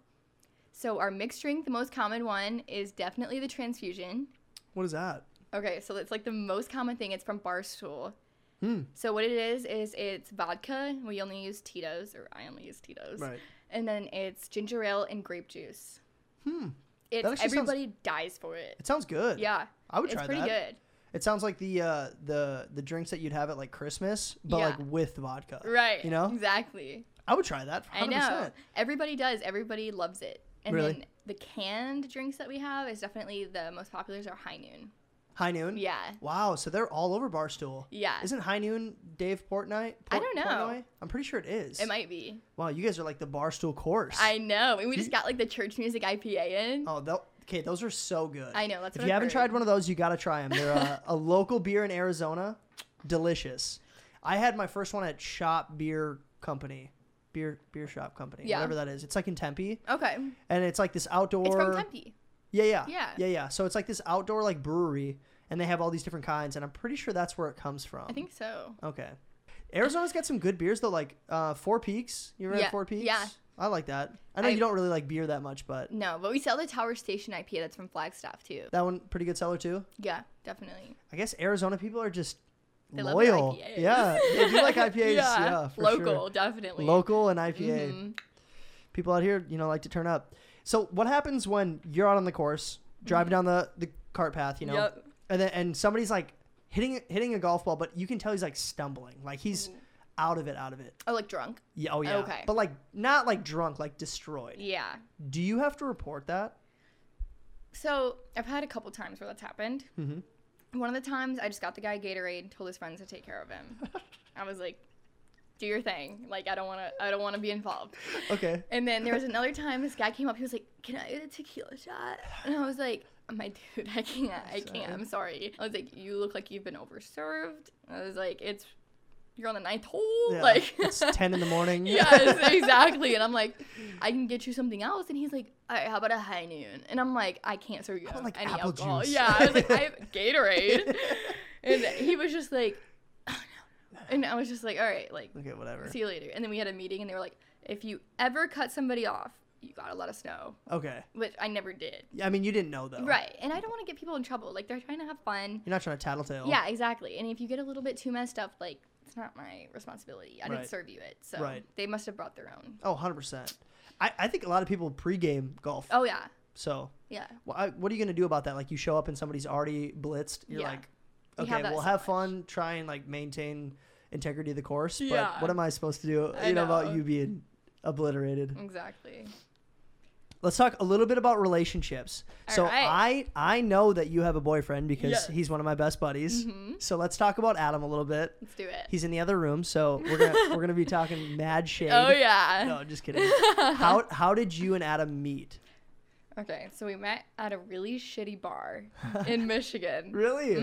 [SPEAKER 3] So our mixed drink, the most common one, is definitely the transfusion.
[SPEAKER 2] What is that?
[SPEAKER 3] Okay, so it's like the most common thing. It's from Barstool.
[SPEAKER 2] Hmm.
[SPEAKER 3] So what it is is it's vodka. We only use Tito's, or I only use Tito's.
[SPEAKER 2] Right.
[SPEAKER 3] And then it's ginger ale and grape juice. Hmm. it's
[SPEAKER 2] actually sounds-
[SPEAKER 3] everybody dies for it.
[SPEAKER 2] It sounds good.
[SPEAKER 3] Yeah,
[SPEAKER 2] I would
[SPEAKER 3] it's
[SPEAKER 2] try
[SPEAKER 3] pretty
[SPEAKER 2] that.
[SPEAKER 3] good.
[SPEAKER 2] It sounds like the uh, the the drinks that you'd have at like Christmas, but
[SPEAKER 3] Yeah.
[SPEAKER 2] like with vodka.
[SPEAKER 3] Right.
[SPEAKER 2] You know,
[SPEAKER 3] exactly.
[SPEAKER 2] I would try that. 100%.
[SPEAKER 3] I know everybody does. Everybody loves it. And
[SPEAKER 2] Really?
[SPEAKER 3] then the canned drinks that we have is definitely the most populars are High Noon.
[SPEAKER 2] High noon.
[SPEAKER 3] Yeah.
[SPEAKER 2] Wow. So they're all over Barstool.
[SPEAKER 3] Yeah.
[SPEAKER 2] Isn't High Noon Dave Portnoy?
[SPEAKER 3] I don't know.
[SPEAKER 2] Portnoy? I'm pretty sure it is.
[SPEAKER 3] It might be.
[SPEAKER 2] Wow, you guys are like the Barstool course.
[SPEAKER 3] I know. And we just got like the church music IPA in.
[SPEAKER 2] Oh, tho- okay, those are so good.
[SPEAKER 3] I know, that's
[SPEAKER 2] If
[SPEAKER 3] what
[SPEAKER 2] you
[SPEAKER 3] I've
[SPEAKER 2] haven't
[SPEAKER 3] heard.
[SPEAKER 2] tried one of those, you gotta try them. They're a, a local beer in Arizona, delicious. I had my first one at Shop Beer Company, beer beer shop company,
[SPEAKER 3] Yeah.
[SPEAKER 2] whatever that is. It's like in Tempe,
[SPEAKER 3] Okay.
[SPEAKER 2] and it's like this outdoor.
[SPEAKER 3] It's from Tempe.
[SPEAKER 2] Yeah, yeah,
[SPEAKER 3] Yeah.
[SPEAKER 2] yeah, yeah. So it's like this outdoor like brewery, and they have all these different kinds, and I'm pretty sure that's where it comes from.
[SPEAKER 3] I think so.
[SPEAKER 2] Okay. Arizona's got some good beers though, like uh, Four Peaks. You remember
[SPEAKER 3] Yeah,
[SPEAKER 2] Four Peaks?
[SPEAKER 3] yeah.
[SPEAKER 2] I like that. I know
[SPEAKER 3] I-
[SPEAKER 2] you don't really like beer that much, but
[SPEAKER 3] No, but we sell the Tower Station IPA that's from Flagstaff too.
[SPEAKER 2] that one pretty good seller too.
[SPEAKER 3] Yeah, definitely.
[SPEAKER 2] I guess Arizona people are just
[SPEAKER 3] They love their
[SPEAKER 2] loyal.
[SPEAKER 3] IPAs.
[SPEAKER 2] yeah, they do like IPAs. yeah, for sure.
[SPEAKER 3] local, definitely.
[SPEAKER 2] local and IPA.
[SPEAKER 3] Mhm.
[SPEAKER 2] People out here, you know, like to turn up. So what happens when you're out on the course, driving
[SPEAKER 3] Mm-hmm.
[SPEAKER 2] down the the cart path, you know,
[SPEAKER 3] Yep.
[SPEAKER 2] and then and somebody's like hitting hitting a golf ball, but you can tell he's like stumbling, like he's out of it, out of it.
[SPEAKER 3] Oh, like drunk.
[SPEAKER 2] Yeah, oh yeah.
[SPEAKER 3] Mm. Okay.
[SPEAKER 2] But like not like drunk, like destroyed.
[SPEAKER 3] Yeah.
[SPEAKER 2] Do you have to report that?
[SPEAKER 3] So I've had a couple times where that's happened.
[SPEAKER 2] Mhm.
[SPEAKER 3] One of the times I just got the guy Gatorade and told his friends to take care of him. I was like, "Do your thing. Like I don't want to. I don't want to be involved."
[SPEAKER 2] Okay.
[SPEAKER 3] And then there was another time this guy came up. He was like, "Can I get a tequila shot?" And I was like, "My dude, I can't. I can't. I'm sorry." I was like, "You look like you've been overserved." I was like, "It's you're on the ninth hole."
[SPEAKER 2] Yeah.
[SPEAKER 3] Like
[SPEAKER 2] it's ten in the morning.
[SPEAKER 3] yes, exactly. And I'm like, "I can get you something else." And he's like, "All right, how about a high noon?" And I'm like, "I can't serve you
[SPEAKER 2] want, like,
[SPEAKER 3] any
[SPEAKER 2] apple
[SPEAKER 3] alcohol."
[SPEAKER 2] juice.
[SPEAKER 3] Yeah, I was like, "I have Gatorade," and he was just like, "Oh, no." and I was just like, "All right, like."
[SPEAKER 2] okay, whatever.
[SPEAKER 3] See you later. And then we had a meeting, and they were like, if you ever cut somebody off, you gotta let us know,
[SPEAKER 2] Okay.
[SPEAKER 3] which I never did.
[SPEAKER 2] Yeah, I mean, you didn't know though.
[SPEAKER 3] Right. And I don't want to get people in trouble. Like they're trying to have fun.
[SPEAKER 2] You're not trying to tattletale.
[SPEAKER 3] Yeah, exactly. And if you get a little bit too messed up, like it's not my responsibility. I
[SPEAKER 2] Right.
[SPEAKER 3] didn't serve you it, so
[SPEAKER 2] Right.
[SPEAKER 3] they must have brought their own.
[SPEAKER 2] Oh, 100%. I, I think a lot of people pregame golf.
[SPEAKER 3] Oh yeah,
[SPEAKER 2] So,
[SPEAKER 3] yeah.
[SPEAKER 2] wh- I- what are you going to do about that? Like, you show up and somebody's already blitzed. You're
[SPEAKER 3] Yeah.
[SPEAKER 2] like,
[SPEAKER 3] You
[SPEAKER 2] okay,
[SPEAKER 3] have that
[SPEAKER 2] we'll
[SPEAKER 3] so
[SPEAKER 2] have
[SPEAKER 3] much.
[SPEAKER 2] fun, try and like maintain integrity of the course. But
[SPEAKER 3] Yeah.
[SPEAKER 2] what am I supposed to do,
[SPEAKER 3] I
[SPEAKER 2] you know, about
[SPEAKER 3] know.
[SPEAKER 2] you being obliterated?
[SPEAKER 3] Exactly.
[SPEAKER 2] Let's talk a little bit about relationships.
[SPEAKER 3] All
[SPEAKER 2] so,
[SPEAKER 3] right.
[SPEAKER 2] I I know that you have a boyfriend because
[SPEAKER 3] Yes. Mm-hmm.
[SPEAKER 2] he's one of my best buddies. So, let's talk about Adam a little bit.
[SPEAKER 3] Let's do it.
[SPEAKER 2] He's in the other room, so we're going to we're going to be talking mad shade.
[SPEAKER 3] oh yeah.
[SPEAKER 2] No, just kidding. how how did you and Adam meet?
[SPEAKER 3] Okay, so we met at a really shitty bar in Michigan.
[SPEAKER 2] Really?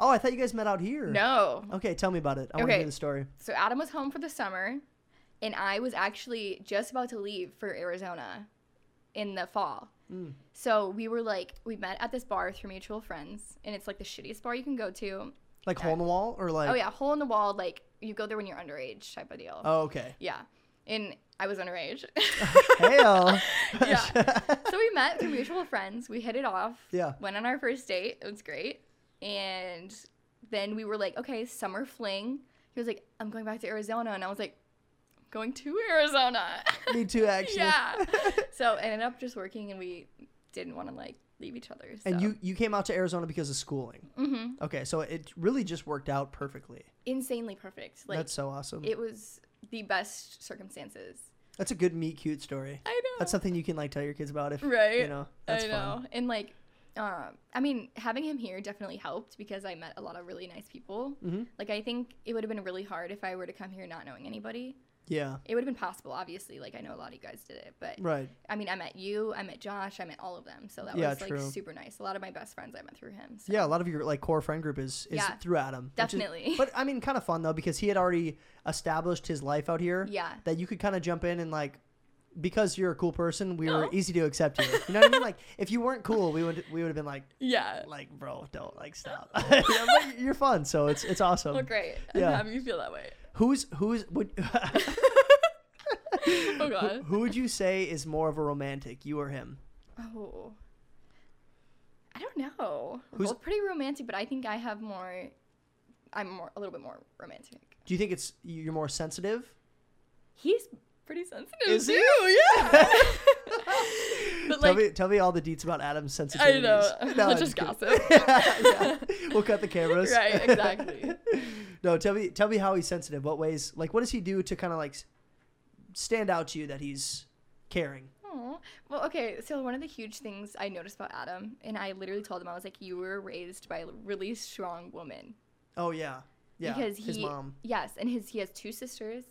[SPEAKER 2] Oh, I thought you guys met out here.
[SPEAKER 3] Mm-hmm. No,
[SPEAKER 2] Okay, tell me about it. I want to hear
[SPEAKER 3] Okay.
[SPEAKER 2] the story.
[SPEAKER 3] So Adam was home for the summer, and I was actually just about to leave for Arizona in the fall.
[SPEAKER 2] Mm.
[SPEAKER 3] So we were like, we met at this bar through mutual friends, and it's like the shittiest bar you can go to.
[SPEAKER 2] Like hole in the wall or like?
[SPEAKER 3] Oh yeah, hole in the wall, like you go there when you're underage type of deal.
[SPEAKER 2] Oh, okay.
[SPEAKER 3] Yeah, and I was underage.
[SPEAKER 2] Heyo.
[SPEAKER 3] yeah. So we met through mutual friends. We hit it off.
[SPEAKER 2] Yeah.
[SPEAKER 3] Went on our first date. It was great. And then we were like, okay, summer fling. He was like, I'm going back to Arizona. And I was like, "I'm going to Arizona.
[SPEAKER 2] me too, actually.
[SPEAKER 3] yeah. So it ended up just working and we didn't want to like leave each other. So.
[SPEAKER 2] And you you came out to Arizona because of schooling.
[SPEAKER 3] Mhm.
[SPEAKER 2] Okay, so it really just worked out perfectly.
[SPEAKER 3] insanely perfect. Like
[SPEAKER 2] That's so awesome.
[SPEAKER 3] it was the best circumstances.
[SPEAKER 2] That's a good meet cute story.
[SPEAKER 3] I know.
[SPEAKER 2] That's something you can like tell your kids about if
[SPEAKER 3] Right.
[SPEAKER 2] you know. That's
[SPEAKER 3] I know.
[SPEAKER 2] fun.
[SPEAKER 3] And like, um, I mean, having him here definitely helped because I met a lot of really nice people.
[SPEAKER 2] Mhm.
[SPEAKER 3] Like, I think it would have been really hard if I were to come here not knowing anybody.
[SPEAKER 2] Yeah.
[SPEAKER 3] It would have been possible, obviously. Like, I know a lot of you guys did it, but
[SPEAKER 2] Right.
[SPEAKER 3] I mean, I met you, I met Josh, I met all of them. So that
[SPEAKER 2] Yeah,
[SPEAKER 3] was like
[SPEAKER 2] true.
[SPEAKER 3] super nice. A lot of my best friends I met through him. So.
[SPEAKER 2] Yeah, a lot of your like core friend group is is
[SPEAKER 3] Yeah.
[SPEAKER 2] through Adam. which is-
[SPEAKER 3] Definitely.
[SPEAKER 2] but I mean, kind of fun though because he had already established his life out here.
[SPEAKER 3] Yeah.
[SPEAKER 2] That you could kind of jump in and like, because you're a cool person, we were
[SPEAKER 3] No.
[SPEAKER 2] easy to accept you. You know what I mean? Like, if you weren't cool, we would we would have been like,
[SPEAKER 3] Yeah.
[SPEAKER 2] like, bro, don't like stop. Yeah, but you're fun, so it's it's awesome.
[SPEAKER 3] Well, great.
[SPEAKER 2] Yeah.
[SPEAKER 3] I'm happy you feel that way.
[SPEAKER 2] Who's who's would
[SPEAKER 3] Oh, God.
[SPEAKER 2] who would you say is more of a romantic, you or him?
[SPEAKER 3] oh. I don't know.
[SPEAKER 2] Who's-
[SPEAKER 3] We're pretty romantic, but I think I have more. I'm more a little bit more romantic.
[SPEAKER 2] Do you think it's you're more sensitive?
[SPEAKER 3] He's pretty sensitive.
[SPEAKER 2] Is he?
[SPEAKER 3] too, Yeah. but
[SPEAKER 2] tell
[SPEAKER 3] But like,
[SPEAKER 2] me, tell me all the deets about Adam's sensitivities.
[SPEAKER 3] I know.
[SPEAKER 2] No,
[SPEAKER 3] Let's
[SPEAKER 2] I'm
[SPEAKER 3] just
[SPEAKER 2] kidding.
[SPEAKER 3] gossip.
[SPEAKER 2] yeah, we'll cut the cameras.
[SPEAKER 3] Right, exactly.
[SPEAKER 2] no, tell me, tell me how he's sensitive. What ways? Like, what does he do to kind of like s- stand out to you that he's caring?
[SPEAKER 3] Aw. Well, okay. So one of the huge things I noticed about Adam, and I literally told him, I was like, "You were raised by a really strong woman."
[SPEAKER 2] Oh yeah, yeah.
[SPEAKER 3] because he,
[SPEAKER 2] his mom.
[SPEAKER 3] Yes, and his he has two sisters,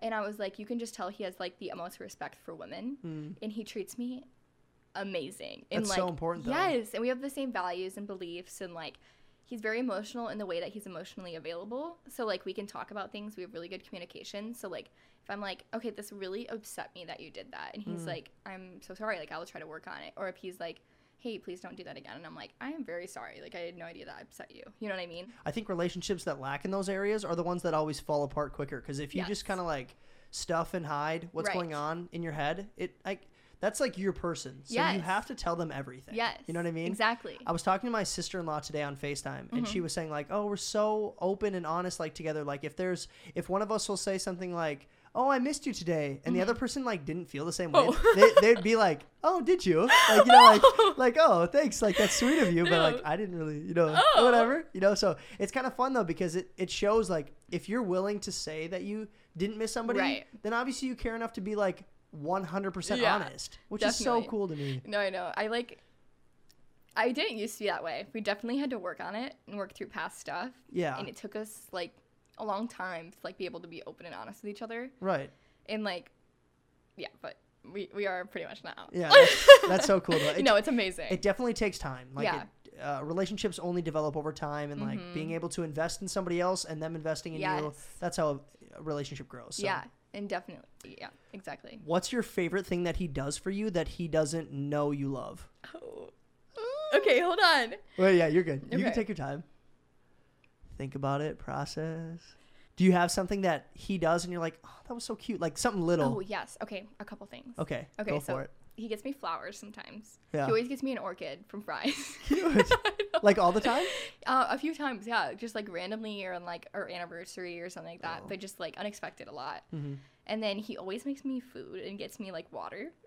[SPEAKER 3] and I was like, you can just tell he has like the utmost respect for women, and he treats me amazing.
[SPEAKER 2] Hmm.
[SPEAKER 3] And
[SPEAKER 2] That's
[SPEAKER 3] like,
[SPEAKER 2] so important, though.
[SPEAKER 3] Yes, and we have the same values and beliefs, and like, he's very emotional in the way that he's emotionally available. So like, we can talk about things. We have really good communication. So like, if I'm like, okay, this really upset me that you did that, and
[SPEAKER 2] Hmm.
[SPEAKER 3] he's like, I'm so sorry. Like, I will try to work on it. Or if he's like. Hey, please don't do that again. And I'm like, I am very sorry. Like, I had no idea that upset you. You know what I mean?
[SPEAKER 2] I think relationships that lack in those areas are the ones that always fall apart quicker. Because if you
[SPEAKER 3] Yes.
[SPEAKER 2] just kind of like stuff and hide what's
[SPEAKER 3] Right.
[SPEAKER 2] going on in your head, it like that's like your person. So you
[SPEAKER 3] Yes.
[SPEAKER 2] have to tell them everything.
[SPEAKER 3] Yes.
[SPEAKER 2] you know what I mean.
[SPEAKER 3] Exactly.
[SPEAKER 2] I was talking to my sister in law today on FaceTime, and
[SPEAKER 3] Mm-hmm.
[SPEAKER 2] she was saying like, "Oh, we're so open and honest, like together. Like if there's if one of us will say something like." Oh, I missed you today, and the other person like didn't feel the same way.
[SPEAKER 3] Mm-hmm. Oh.
[SPEAKER 2] They, they'd be like, "Oh, did you?" Like you know, like like oh, thanks, like that's sweet of you, but like
[SPEAKER 3] No.
[SPEAKER 2] I didn't really, you know,
[SPEAKER 3] Oh.
[SPEAKER 2] whatever, you know. So it's kind of fun though because it it shows like if you're willing to say that you didn't miss somebody,
[SPEAKER 3] Right.
[SPEAKER 2] then obviously you care enough to be like 100 percent
[SPEAKER 3] Yeah,
[SPEAKER 2] honest, which is so
[SPEAKER 3] definitely.
[SPEAKER 2] cool to me.
[SPEAKER 3] No, I know. I like. I didn't used to be that way. We definitely had to work on it and work through past stuff.
[SPEAKER 2] Yeah.
[SPEAKER 3] And it took us like a long time to like be able to be open and honest with each other.
[SPEAKER 2] Right.
[SPEAKER 3] And like, yeah, but we we are pretty much now.
[SPEAKER 2] Yeah, that's, that's so cool. Though. It,
[SPEAKER 3] no, it's amazing.
[SPEAKER 2] it definitely takes time. Like
[SPEAKER 3] Yeah. Mm-hmm.
[SPEAKER 2] it, uh, relationships only develop over time, and like being able to invest in somebody else and them investing in you,
[SPEAKER 3] Yes.
[SPEAKER 2] that's how a relationship grows. So.
[SPEAKER 3] Yeah, and definitely. Yeah, exactly.
[SPEAKER 2] What's your favorite thing that he does for you that he doesn't know you love?
[SPEAKER 3] Oh. Okay, hold on.
[SPEAKER 2] Well, yeah, you're good. You can
[SPEAKER 3] Okay.
[SPEAKER 2] take your time. Think about it, process. Do you have something that he does and you're like, oh, that was so cute? Like something little.
[SPEAKER 3] Oh yes. Okay, a couple things.
[SPEAKER 2] Okay.
[SPEAKER 3] Okay,
[SPEAKER 2] go
[SPEAKER 3] so
[SPEAKER 2] for it.
[SPEAKER 3] he gets me flowers sometimes.
[SPEAKER 2] Yeah.
[SPEAKER 3] He always gets me an orchid from Fry's.
[SPEAKER 2] Cute. like all the time?
[SPEAKER 3] Uh, a few times, yeah, just like randomly or on like our anniversary or something like that,
[SPEAKER 2] Oh.
[SPEAKER 3] but just like unexpected a lot.
[SPEAKER 2] Mm-hmm.
[SPEAKER 3] And then he always makes me food and gets me like water.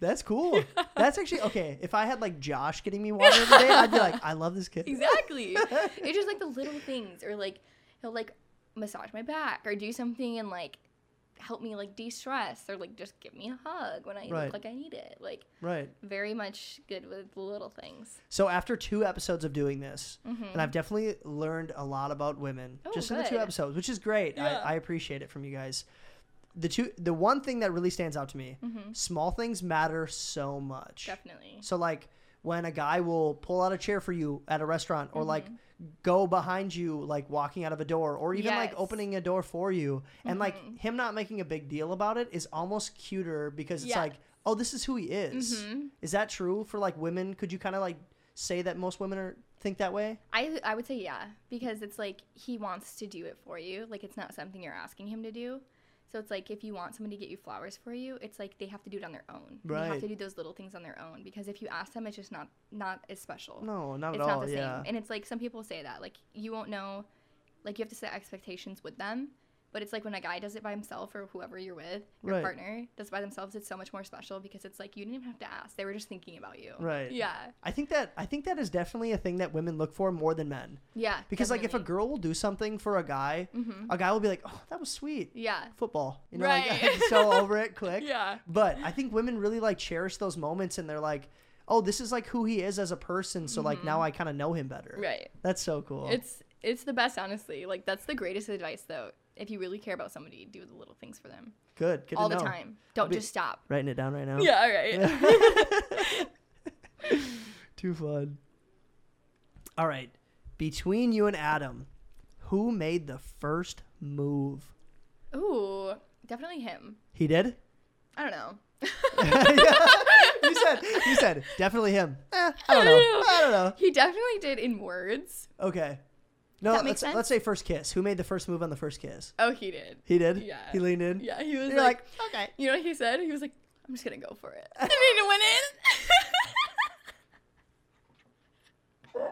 [SPEAKER 2] That's cool. That's actually okay. If I had like Josh getting me water every day, I'd be like, I love this kid.
[SPEAKER 3] exactly. it's just like the little things, or like he'll like massage my back or do something and like help me like de stress or like just give me a hug when I
[SPEAKER 2] Right.
[SPEAKER 3] look like I need it. Like
[SPEAKER 2] Right.
[SPEAKER 3] very much good with the little things. Mm-hmm.
[SPEAKER 2] So after two episodes of doing this, and I've definitely learned a lot about women
[SPEAKER 3] Oh,
[SPEAKER 2] just in the two
[SPEAKER 3] good.
[SPEAKER 2] episodes, which is great.
[SPEAKER 3] Yeah.
[SPEAKER 2] I, I appreciate it from you guys. The two, the one thing that really stands out to me, small things matter so much.
[SPEAKER 3] Mm-hmm. Definitely.
[SPEAKER 2] So like when a guy will pull out a chair for you at a restaurant or like go behind you like walking out of a door or even like
[SPEAKER 3] Mm-hmm. Yes. Mm-hmm.
[SPEAKER 2] opening a door for you and like him not making a big deal about it is almost cuter because it's
[SPEAKER 3] Yeah.
[SPEAKER 2] like oh this is who he is.
[SPEAKER 3] Mm-hmm.
[SPEAKER 2] Is that true for like women? Could you kind of like say that most women are think that way?
[SPEAKER 3] I, I would say yeah because it's like he wants to do it for you like it's not something you're asking him to do so it's like if you want somebody to get you flowers for you it's like they have to do it on their own they
[SPEAKER 2] Right.
[SPEAKER 3] have to do those little things on their own because if you ask them it's just not not as special
[SPEAKER 2] No, not
[SPEAKER 3] it's
[SPEAKER 2] at
[SPEAKER 3] not
[SPEAKER 2] all.
[SPEAKER 3] the same
[SPEAKER 2] yeah.
[SPEAKER 3] and it's like some people say that like you won't know like you have to set expectations with them but it's like when a guy does it by himself or whoever you're with your
[SPEAKER 2] Right.
[SPEAKER 3] partner does it by themselves it's so much more special because it's like you didn't even have to ask they were just thinking about you
[SPEAKER 2] Right.
[SPEAKER 3] yeah
[SPEAKER 2] I think that I think that is definitely a thing that women look for more than men.
[SPEAKER 3] yeah
[SPEAKER 2] Because like if a
[SPEAKER 3] definitely. Mm-hmm.
[SPEAKER 2] girl will do something for a guy, a guy will be like, "Oh, that was sweet."
[SPEAKER 3] yeah
[SPEAKER 2] Football. You know, like
[SPEAKER 3] Right.
[SPEAKER 2] I'm so over it quick.
[SPEAKER 3] yeah
[SPEAKER 2] But I think women really like cherish those moments and they're like, "Oh, this is like who he is as a person, so like now I kind of know him better."
[SPEAKER 3] Mm-hmm. right
[SPEAKER 2] That's so cool.
[SPEAKER 3] It's it's the best, honestly. Like that's the greatest advice, though. If you really care about somebody, do the little things for them
[SPEAKER 2] good. Good
[SPEAKER 3] all
[SPEAKER 2] to
[SPEAKER 3] the
[SPEAKER 2] know.
[SPEAKER 3] time. Don't
[SPEAKER 2] be-
[SPEAKER 3] just stop.
[SPEAKER 2] Writing it down right now.
[SPEAKER 3] Yeah, all right.
[SPEAKER 2] Too fun. All right. Between you and Adam, who made the first move?
[SPEAKER 3] Ooh, definitely him.
[SPEAKER 2] He did?
[SPEAKER 3] I don't know.
[SPEAKER 2] you said you said definitely him. Eh, I don't know. I don't know.
[SPEAKER 3] He definitely did in words.
[SPEAKER 2] Okay. No,
[SPEAKER 3] That
[SPEAKER 2] let's
[SPEAKER 3] makes sense.
[SPEAKER 2] let's say first kiss. Who made the first move on the first kiss?
[SPEAKER 3] Oh, he did.
[SPEAKER 2] He did?
[SPEAKER 3] Yeah.
[SPEAKER 2] He leaned in.
[SPEAKER 3] Yeah, he was
[SPEAKER 2] You're like,
[SPEAKER 3] like,
[SPEAKER 2] okay.
[SPEAKER 3] You know what he said? He was like, I'm just gonna go for it. I mean, it went in.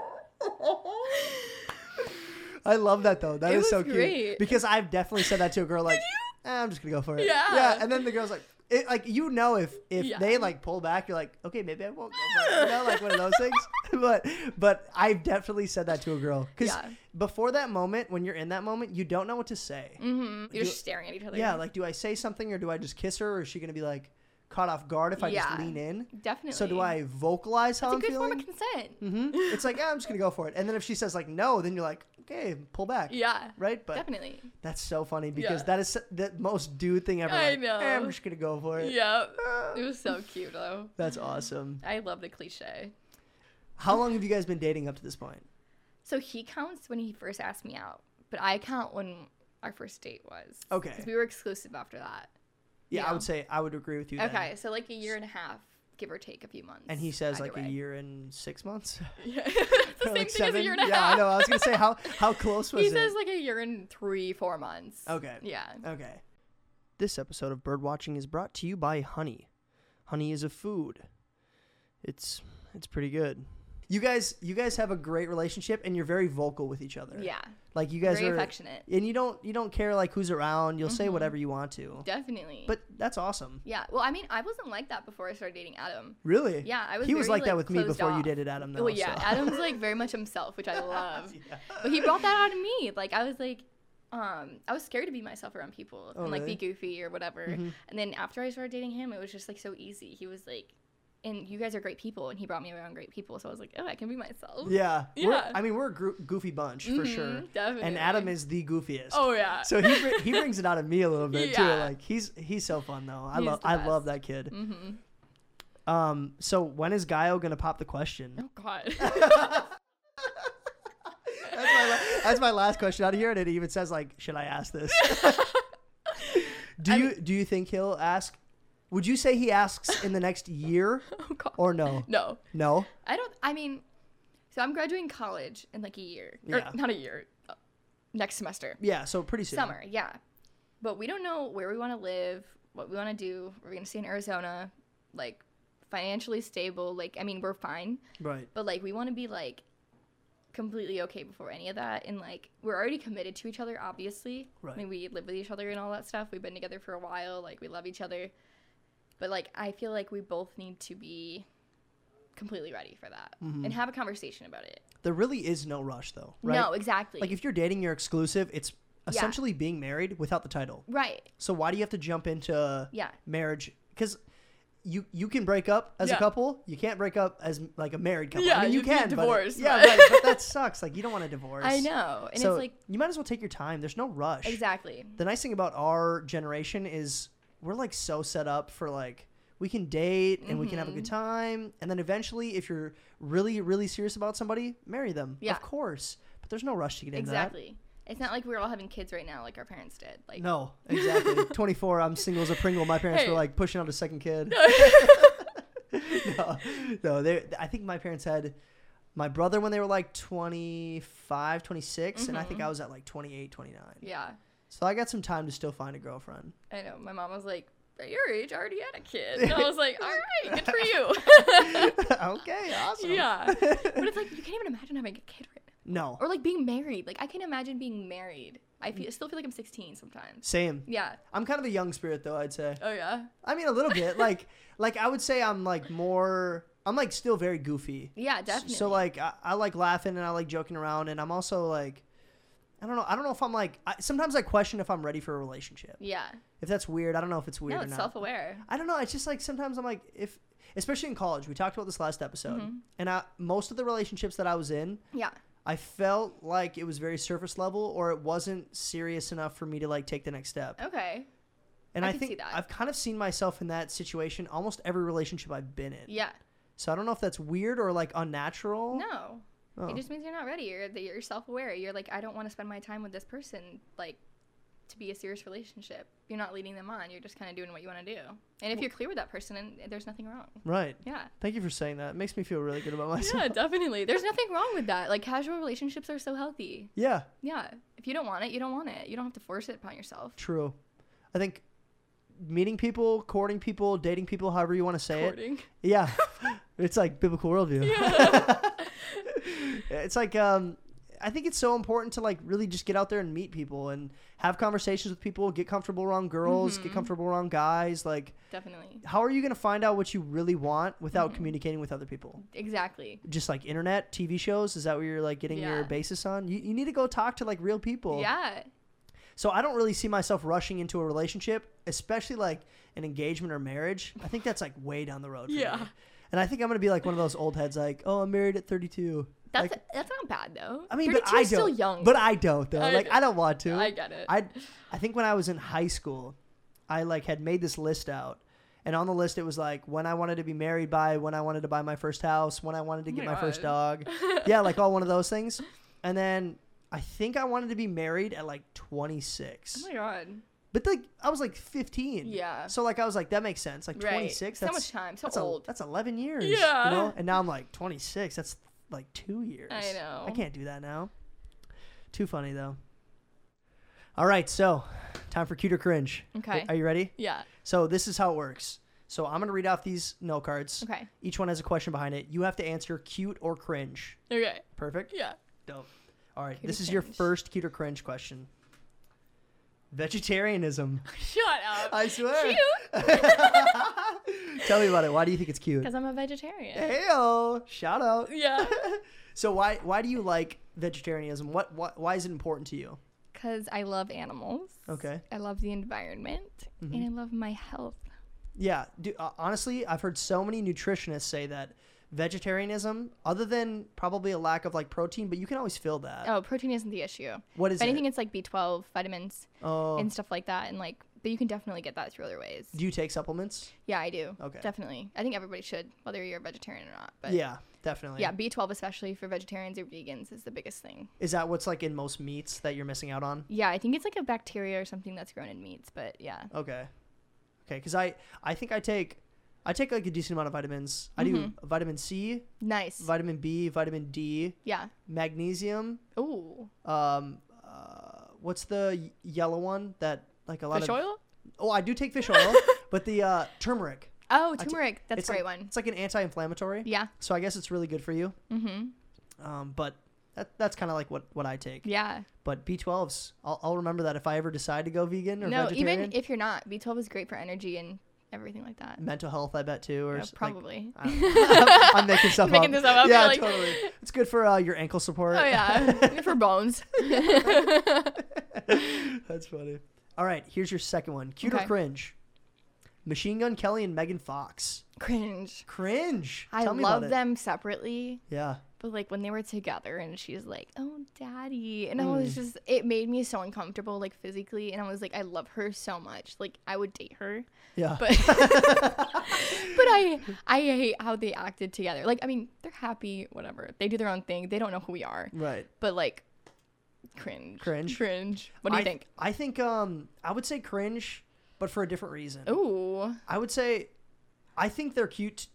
[SPEAKER 2] I love that though. That is
[SPEAKER 3] It was
[SPEAKER 2] so cute.
[SPEAKER 3] great.
[SPEAKER 2] Because I've definitely said that to a girl like, "Eh, I'm just gonna go for it.
[SPEAKER 3] Yeah.
[SPEAKER 2] Yeah. And then the girl's like, It, like you know, if if
[SPEAKER 3] Yeah.
[SPEAKER 2] they like pull back, you're like, okay, maybe I won't go. Back. You know, like one of those things. But but I've definitely said that to a girl because
[SPEAKER 3] Yeah.
[SPEAKER 2] before that moment, when you're in that moment, you don't know what to say.
[SPEAKER 3] hmm You're
[SPEAKER 2] Do-
[SPEAKER 3] just staring at each other.
[SPEAKER 2] Yeah, like do I say something or do I just kiss her? Or is she gonna be like caught off guard if I just
[SPEAKER 3] Yeah.
[SPEAKER 2] lean in?
[SPEAKER 3] definitely.
[SPEAKER 2] So do I vocalize how
[SPEAKER 3] It's a
[SPEAKER 2] I'm
[SPEAKER 3] good
[SPEAKER 2] feeling?
[SPEAKER 3] form of consent.
[SPEAKER 2] hmm It's like yeah, I'm just gonna go for it. And then if she says like no, then you're like okay, pull back.
[SPEAKER 3] Yeah,
[SPEAKER 2] Right, but
[SPEAKER 3] definitely.
[SPEAKER 2] that's so funny because
[SPEAKER 3] Yeah.
[SPEAKER 2] that is the most dude thing ever.
[SPEAKER 3] I
[SPEAKER 2] like, "Eh, I'm
[SPEAKER 3] know.
[SPEAKER 2] just gonna go for it. Ah.
[SPEAKER 3] Yep. It was so cute though.
[SPEAKER 2] That's awesome.
[SPEAKER 3] I love the cliche.
[SPEAKER 2] How long have you guys been dating up to this point?
[SPEAKER 3] So he counts when he first asked me out, but I count when our first date was.
[SPEAKER 2] Okay.
[SPEAKER 3] Because we were exclusive after that.
[SPEAKER 2] Yeah, I
[SPEAKER 3] Yeah.
[SPEAKER 2] would say I would agree with you. then.
[SPEAKER 3] Okay, so like a year and a half, give or take a few months.
[SPEAKER 2] And he says
[SPEAKER 3] either
[SPEAKER 2] like a
[SPEAKER 3] way.
[SPEAKER 2] year and six months.
[SPEAKER 3] Yeah. it's the
[SPEAKER 2] Or,
[SPEAKER 3] same
[SPEAKER 2] like,
[SPEAKER 3] thing as a year and a
[SPEAKER 2] yeah,
[SPEAKER 3] half.
[SPEAKER 2] I know. I was gonna say how how close was
[SPEAKER 3] he
[SPEAKER 2] it?
[SPEAKER 3] says like a year and three, four months.
[SPEAKER 2] Okay.
[SPEAKER 3] Yeah.
[SPEAKER 2] Okay. This episode of Birdwatching is brought to you by honey. Honey is a food. It's it's pretty good. You guys you guys have a great relationship and you're very vocal with each other.
[SPEAKER 3] Yeah.
[SPEAKER 2] Like you guys
[SPEAKER 3] Very
[SPEAKER 2] are
[SPEAKER 3] affectionate. Mm-hmm.
[SPEAKER 2] and you don't you don't care like who's around. You'll say whatever you want to.
[SPEAKER 3] Definitely.
[SPEAKER 2] But that's awesome.
[SPEAKER 3] yeah, well, I mean, I wasn't like that before I started dating Adam.
[SPEAKER 2] Really?
[SPEAKER 3] Yeah, I was.
[SPEAKER 2] He was
[SPEAKER 3] very,
[SPEAKER 2] like that with me
[SPEAKER 3] closed
[SPEAKER 2] before you
[SPEAKER 3] off.
[SPEAKER 2] dated Adam, though,
[SPEAKER 3] Well, yeah,
[SPEAKER 2] so.
[SPEAKER 3] Adam's like very much himself, which I love. But he brought that out of me. Like I was like, um, I was scared to be myself around people
[SPEAKER 2] Oh,
[SPEAKER 3] and like
[SPEAKER 2] really? Mm-hmm.
[SPEAKER 3] be goofy or whatever. And then after I started dating him, it was just like so easy. He was like, and you guys are great people, and he brought me around great people. So I was like, oh, I can be myself.
[SPEAKER 2] Yeah. We're,
[SPEAKER 3] Yeah.
[SPEAKER 2] I mean, we're a gro- goofy bunch for
[SPEAKER 3] Mhm,
[SPEAKER 2] sure. And
[SPEAKER 3] definitely.
[SPEAKER 2] Adam is the goofiest.
[SPEAKER 3] Oh yeah.
[SPEAKER 2] So he br- he brings it out of me a little bit too.
[SPEAKER 3] Yeah.
[SPEAKER 2] Like he's he's so fun though. I
[SPEAKER 3] He's
[SPEAKER 2] love
[SPEAKER 3] the
[SPEAKER 2] I love
[SPEAKER 3] best.
[SPEAKER 2] that kid.
[SPEAKER 3] hmm
[SPEAKER 2] Um. So when is Gaio gonna pop the question?
[SPEAKER 3] Oh god.
[SPEAKER 2] That's my, la- that's my last question out of here, and it even says like, should I ask this? do you do you think he'll ask? Would you say he asks in the next year
[SPEAKER 3] oh god.
[SPEAKER 2] or no?
[SPEAKER 3] no.
[SPEAKER 2] No.
[SPEAKER 3] I don't. I mean, so I'm graduating college in like a year, or
[SPEAKER 2] Yeah.
[SPEAKER 3] not a year, uh, next semester,
[SPEAKER 2] Yeah. So pretty soon.
[SPEAKER 3] summer, yeah. But we don't know where we want to live, what we want to do. We're gonna stay in Arizona, like financially stable. Like I mean, we're fine,
[SPEAKER 2] Right.
[SPEAKER 3] but like we want to be like completely okay before any of that. And like we're already committed to each other, obviously.
[SPEAKER 2] Right.
[SPEAKER 3] I mean, we live with each other and all that stuff. We've been together for a while. Like we love each other, but like I feel like we both need to be completely ready for that and have a conversation about it.
[SPEAKER 2] There really is no rush though. Mm-hmm. Right.
[SPEAKER 3] No, exactly.
[SPEAKER 2] Like if you're dating, you're exclusive. It's
[SPEAKER 3] Yeah.
[SPEAKER 2] essentially being married without the title.
[SPEAKER 3] right.
[SPEAKER 2] So why do you have to jump into
[SPEAKER 3] Yeah.
[SPEAKER 2] marriage? Because you you can break up as a
[SPEAKER 3] Yeah.
[SPEAKER 2] couple. You can't break up as like a married couple. I
[SPEAKER 3] Yeah,
[SPEAKER 2] mean, you
[SPEAKER 3] you'd be
[SPEAKER 2] can but it-
[SPEAKER 3] divorced,
[SPEAKER 2] yeah,
[SPEAKER 3] but-
[SPEAKER 2] right, but that sucks. Like you don't want to divorce.
[SPEAKER 3] I know. And
[SPEAKER 2] so
[SPEAKER 3] it's like
[SPEAKER 2] you might as well take your time. There's no rush.
[SPEAKER 3] exactly.
[SPEAKER 2] The nice thing about our generation is we're like so set up for like we can date and we can have a good
[SPEAKER 3] Mm-hmm.
[SPEAKER 2] time and then eventually if you're really really serious about somebody marry them
[SPEAKER 3] Yeah.
[SPEAKER 2] of course but there's no rush to get into that
[SPEAKER 3] Exactly. It's not like we're all having kids right now like our parents did. Like
[SPEAKER 2] No, exactly. 24, I'm single as a Pringle. My parents
[SPEAKER 3] Hey.
[SPEAKER 2] were like pushing out a second kid. no, no, they, I think my parents had my brother when they were like 25, 26, and I think I was at like 28, 29.
[SPEAKER 3] Mm-hmm. Yeah.
[SPEAKER 2] So I got some time to still find a girlfriend.
[SPEAKER 3] I know. My mom was like, At your age I already had a kid. And I was like, All right, good for you.
[SPEAKER 2] okay, awesome.
[SPEAKER 3] yeah. But it's like you can't even imagine having a kid right now.
[SPEAKER 2] No,
[SPEAKER 3] Or like being married. Like I can imagine being married. I feel I still feel like I'm sixteen sometimes.
[SPEAKER 2] same.
[SPEAKER 3] Yeah.
[SPEAKER 2] I'm kind of a young spirit though, I'd say.
[SPEAKER 3] Oh yeah.
[SPEAKER 2] I mean, a little bit. Like, like I would say I'm like more. I'm like still very goofy.
[SPEAKER 3] Yeah,
[SPEAKER 2] S-
[SPEAKER 3] definitely.
[SPEAKER 2] So like I, I like laughing and I like joking around and I'm also like I don't know I don't know if I'm like I, sometimes I question if I'm ready for a relationship.
[SPEAKER 3] Yeah.
[SPEAKER 2] If that's weird, I don't know if it's weird
[SPEAKER 3] No,
[SPEAKER 2] or
[SPEAKER 3] it's
[SPEAKER 2] not.
[SPEAKER 3] self aware.
[SPEAKER 2] I don't know. It's just like sometimes I'm like if especially in college, we talked about this last episode.
[SPEAKER 3] Mm-hmm.
[SPEAKER 2] And I most of the relationships that I was in,
[SPEAKER 3] Yeah.
[SPEAKER 2] I felt like it was very surface level or it wasn't serious enough for me to like take the next step.
[SPEAKER 3] Okay.
[SPEAKER 2] And
[SPEAKER 3] I
[SPEAKER 2] I,
[SPEAKER 3] can
[SPEAKER 2] think
[SPEAKER 3] see that.
[SPEAKER 2] I've kind of seen myself in that situation almost every relationship I've been in.
[SPEAKER 3] Yeah.
[SPEAKER 2] So I don't know if that's weird or like unnatural.
[SPEAKER 3] No.
[SPEAKER 2] Oh.
[SPEAKER 3] It just means you're not ready. You're that you're self-aware. You're like, I don't want to spend my time with this person, like, to be a serious relationship. You're not leading them on. You're just kind of doing what you want to do. And if you're clear with that person, and there's nothing wrong.
[SPEAKER 2] Right.
[SPEAKER 3] Yeah.
[SPEAKER 2] Thank you for saying that. It makes me feel really good about myself.
[SPEAKER 3] Yeah, definitely. There's nothing wrong with that. Like casual relationships are so healthy.
[SPEAKER 2] Yeah,
[SPEAKER 3] Yeah. If you don't want it, you don't want it. You don't have to force it upon yourself.
[SPEAKER 2] true. I think meeting people, courting people, dating people, however you want to say it.
[SPEAKER 3] Courting.
[SPEAKER 2] Yeah. it's like biblical worldview. it's like um I think it's so important to like really just get out there and meet people and have conversations with people, get comfortable around girls,
[SPEAKER 3] Mm-hmm.
[SPEAKER 2] get comfortable around guys. Like,
[SPEAKER 3] Definitely.
[SPEAKER 2] how are you going to find out what you really want
[SPEAKER 3] Mm-hmm.
[SPEAKER 2] without communicating with other people?
[SPEAKER 3] Exactly.
[SPEAKER 2] Just like internet, TV shows, is that where you're like getting your
[SPEAKER 3] Yeah.
[SPEAKER 2] basis on? You, you need to go talk to like real people.
[SPEAKER 3] yeah.
[SPEAKER 2] So I don't really see myself rushing into a relationship, especially like an engagement or marriage. I think that's like way down the road. For
[SPEAKER 3] Yeah.
[SPEAKER 2] Me. And I think I'm gonna be like one of those old heads, like, oh, I'm married at 32.
[SPEAKER 3] That's
[SPEAKER 2] like,
[SPEAKER 3] that's not bad though.
[SPEAKER 2] I mean,
[SPEAKER 3] 32
[SPEAKER 2] but I don't.
[SPEAKER 3] is still young.
[SPEAKER 2] But I don't though.
[SPEAKER 3] I
[SPEAKER 2] like,
[SPEAKER 3] know.
[SPEAKER 2] I don't want to.
[SPEAKER 3] I get it.
[SPEAKER 2] I, I think when I was in high school, I like had made this list out, and on the list it was like when I wanted to be married by, when I wanted to buy my first house, when I wanted to
[SPEAKER 3] Oh
[SPEAKER 2] get
[SPEAKER 3] my
[SPEAKER 2] my first
[SPEAKER 3] God.
[SPEAKER 2] dog, yeah, like all one of those things. And then I think I wanted to be married at like 26.
[SPEAKER 3] oh my god.
[SPEAKER 2] But like I was like 15.
[SPEAKER 3] Yeah.
[SPEAKER 2] So like I was like that makes sense. Like
[SPEAKER 3] Right.
[SPEAKER 2] 26.
[SPEAKER 3] So
[SPEAKER 2] That's
[SPEAKER 3] much time, so
[SPEAKER 2] that's a-
[SPEAKER 3] old.
[SPEAKER 2] that's 11 years.
[SPEAKER 3] Yeah.
[SPEAKER 2] You know. And now I'm like 26. That's like two years.
[SPEAKER 3] I know.
[SPEAKER 2] I can't do that now. Too funny though. All right, so time for cute or cringe.
[SPEAKER 3] Okay.
[SPEAKER 2] Are you ready?
[SPEAKER 3] Yeah.
[SPEAKER 2] So this is how it works. So I'm gonna read off these note cards.
[SPEAKER 3] Okay.
[SPEAKER 2] Each one has a question behind it. You have to answer cute or cringe.
[SPEAKER 3] Okay.
[SPEAKER 2] Perfect.
[SPEAKER 3] Yeah.
[SPEAKER 2] Dope. All right.
[SPEAKER 3] Cute or
[SPEAKER 2] this is your
[SPEAKER 3] cringe.
[SPEAKER 2] first cute or cringe question. Vegetarianism.
[SPEAKER 3] Shut up.
[SPEAKER 2] I swear.
[SPEAKER 3] Cute.
[SPEAKER 2] Tell me about it. Why do you think it's cute?
[SPEAKER 3] Because I'm a vegetarian.
[SPEAKER 2] Heyo! Shout out.
[SPEAKER 3] Yeah.
[SPEAKER 2] So why why do you like vegetarianism? What, what why is it important to you?
[SPEAKER 3] Because I love animals.
[SPEAKER 2] Okay. Mm-hmm.
[SPEAKER 3] I love the environment and I love my health.
[SPEAKER 2] Yeah. Do, uh, honestly, I've heard so many nutritionists say that vegetarianism, other than probably a lack of like protein, but you can always fill that.
[SPEAKER 3] Oh, protein isn't the issue.
[SPEAKER 2] what is
[SPEAKER 3] If anything,
[SPEAKER 2] it?
[SPEAKER 3] it's like B12, vitamins,
[SPEAKER 2] Oh,
[SPEAKER 3] and stuff like that. And like, but you can definitely get that through other ways.
[SPEAKER 2] do you take supplements?
[SPEAKER 3] Yeah, I do.
[SPEAKER 2] Okay.
[SPEAKER 3] Definitely. I think everybody should, whether you're a vegetarian or not. But
[SPEAKER 2] yeah, definitely.
[SPEAKER 3] yeah, B12, especially for vegetarians or vegans, is the biggest thing.
[SPEAKER 2] Is that what's like in most meats that you're missing out on?
[SPEAKER 3] Yeah, I think it's like a bacteria or something that's grown in meats. But yeah.
[SPEAKER 2] Okay. Okay, because I I think I take I take like a decent amount of vitamins. I do
[SPEAKER 3] Mm-hmm.
[SPEAKER 2] vitamin C,
[SPEAKER 3] Nice.
[SPEAKER 2] vitamin B, vitamin D,
[SPEAKER 3] yeah.
[SPEAKER 2] magnesium.
[SPEAKER 3] Ooh.
[SPEAKER 2] Um, uh, what's the y- yellow one that like a lot
[SPEAKER 3] Fish
[SPEAKER 2] of?
[SPEAKER 3] oil?
[SPEAKER 2] Oh, I do take fish oil, but the uh, turmeric.
[SPEAKER 3] Oh,
[SPEAKER 2] I t-
[SPEAKER 3] turmeric. That's
[SPEAKER 2] it's
[SPEAKER 3] a great
[SPEAKER 2] like,
[SPEAKER 3] one.
[SPEAKER 2] It's like an anti-inflammatory.
[SPEAKER 3] Yeah.
[SPEAKER 2] So I guess it's really good for you.
[SPEAKER 3] Mm-hmm.
[SPEAKER 2] Um, but that, that's kind of like what what I take.
[SPEAKER 3] Yeah.
[SPEAKER 2] But B12s, I'll, I'll remember that if I ever decide to go vegan or
[SPEAKER 3] No,
[SPEAKER 2] vegetarian.
[SPEAKER 3] even if you're not, B12 is great for energy and everything like that.
[SPEAKER 2] mental health, I bet too, or
[SPEAKER 3] Yeah,
[SPEAKER 2] s- like, uh,
[SPEAKER 3] probably.
[SPEAKER 2] I don't know. I'm making stuff
[SPEAKER 3] Making
[SPEAKER 2] up.
[SPEAKER 3] this stuff up,
[SPEAKER 2] Yeah,
[SPEAKER 3] you're like-
[SPEAKER 2] totally. It's good for uh, your ankle support.
[SPEAKER 3] oh yeah, for bones.
[SPEAKER 2] That's funny. All right, here's your second one. Cute or
[SPEAKER 3] Okay.
[SPEAKER 2] cringe? Machine Gun Kelly and Megan Fox.
[SPEAKER 3] Cringe.
[SPEAKER 2] Cringe.
[SPEAKER 3] I
[SPEAKER 2] Tell me
[SPEAKER 3] love
[SPEAKER 2] about it.
[SPEAKER 3] them separately,
[SPEAKER 2] Yeah.
[SPEAKER 3] but like when they were together and she's like, "Oh, daddy," and I
[SPEAKER 2] Mm.
[SPEAKER 3] was just, it made me so uncomfortable, like physically, and I was like, I love her so much, like I would date her,
[SPEAKER 2] Yeah.
[SPEAKER 3] but but I I hate how they acted together. Like I mean, they're happy, whatever. They do their own thing. They don't know who we are,
[SPEAKER 2] right.
[SPEAKER 3] but like, cringe,
[SPEAKER 2] Cringe.
[SPEAKER 3] cringe. What do you
[SPEAKER 2] I,
[SPEAKER 3] think?
[SPEAKER 2] I think um I would say cringe, but for a different reason.
[SPEAKER 3] Ooh,
[SPEAKER 2] I would say I think they're cute.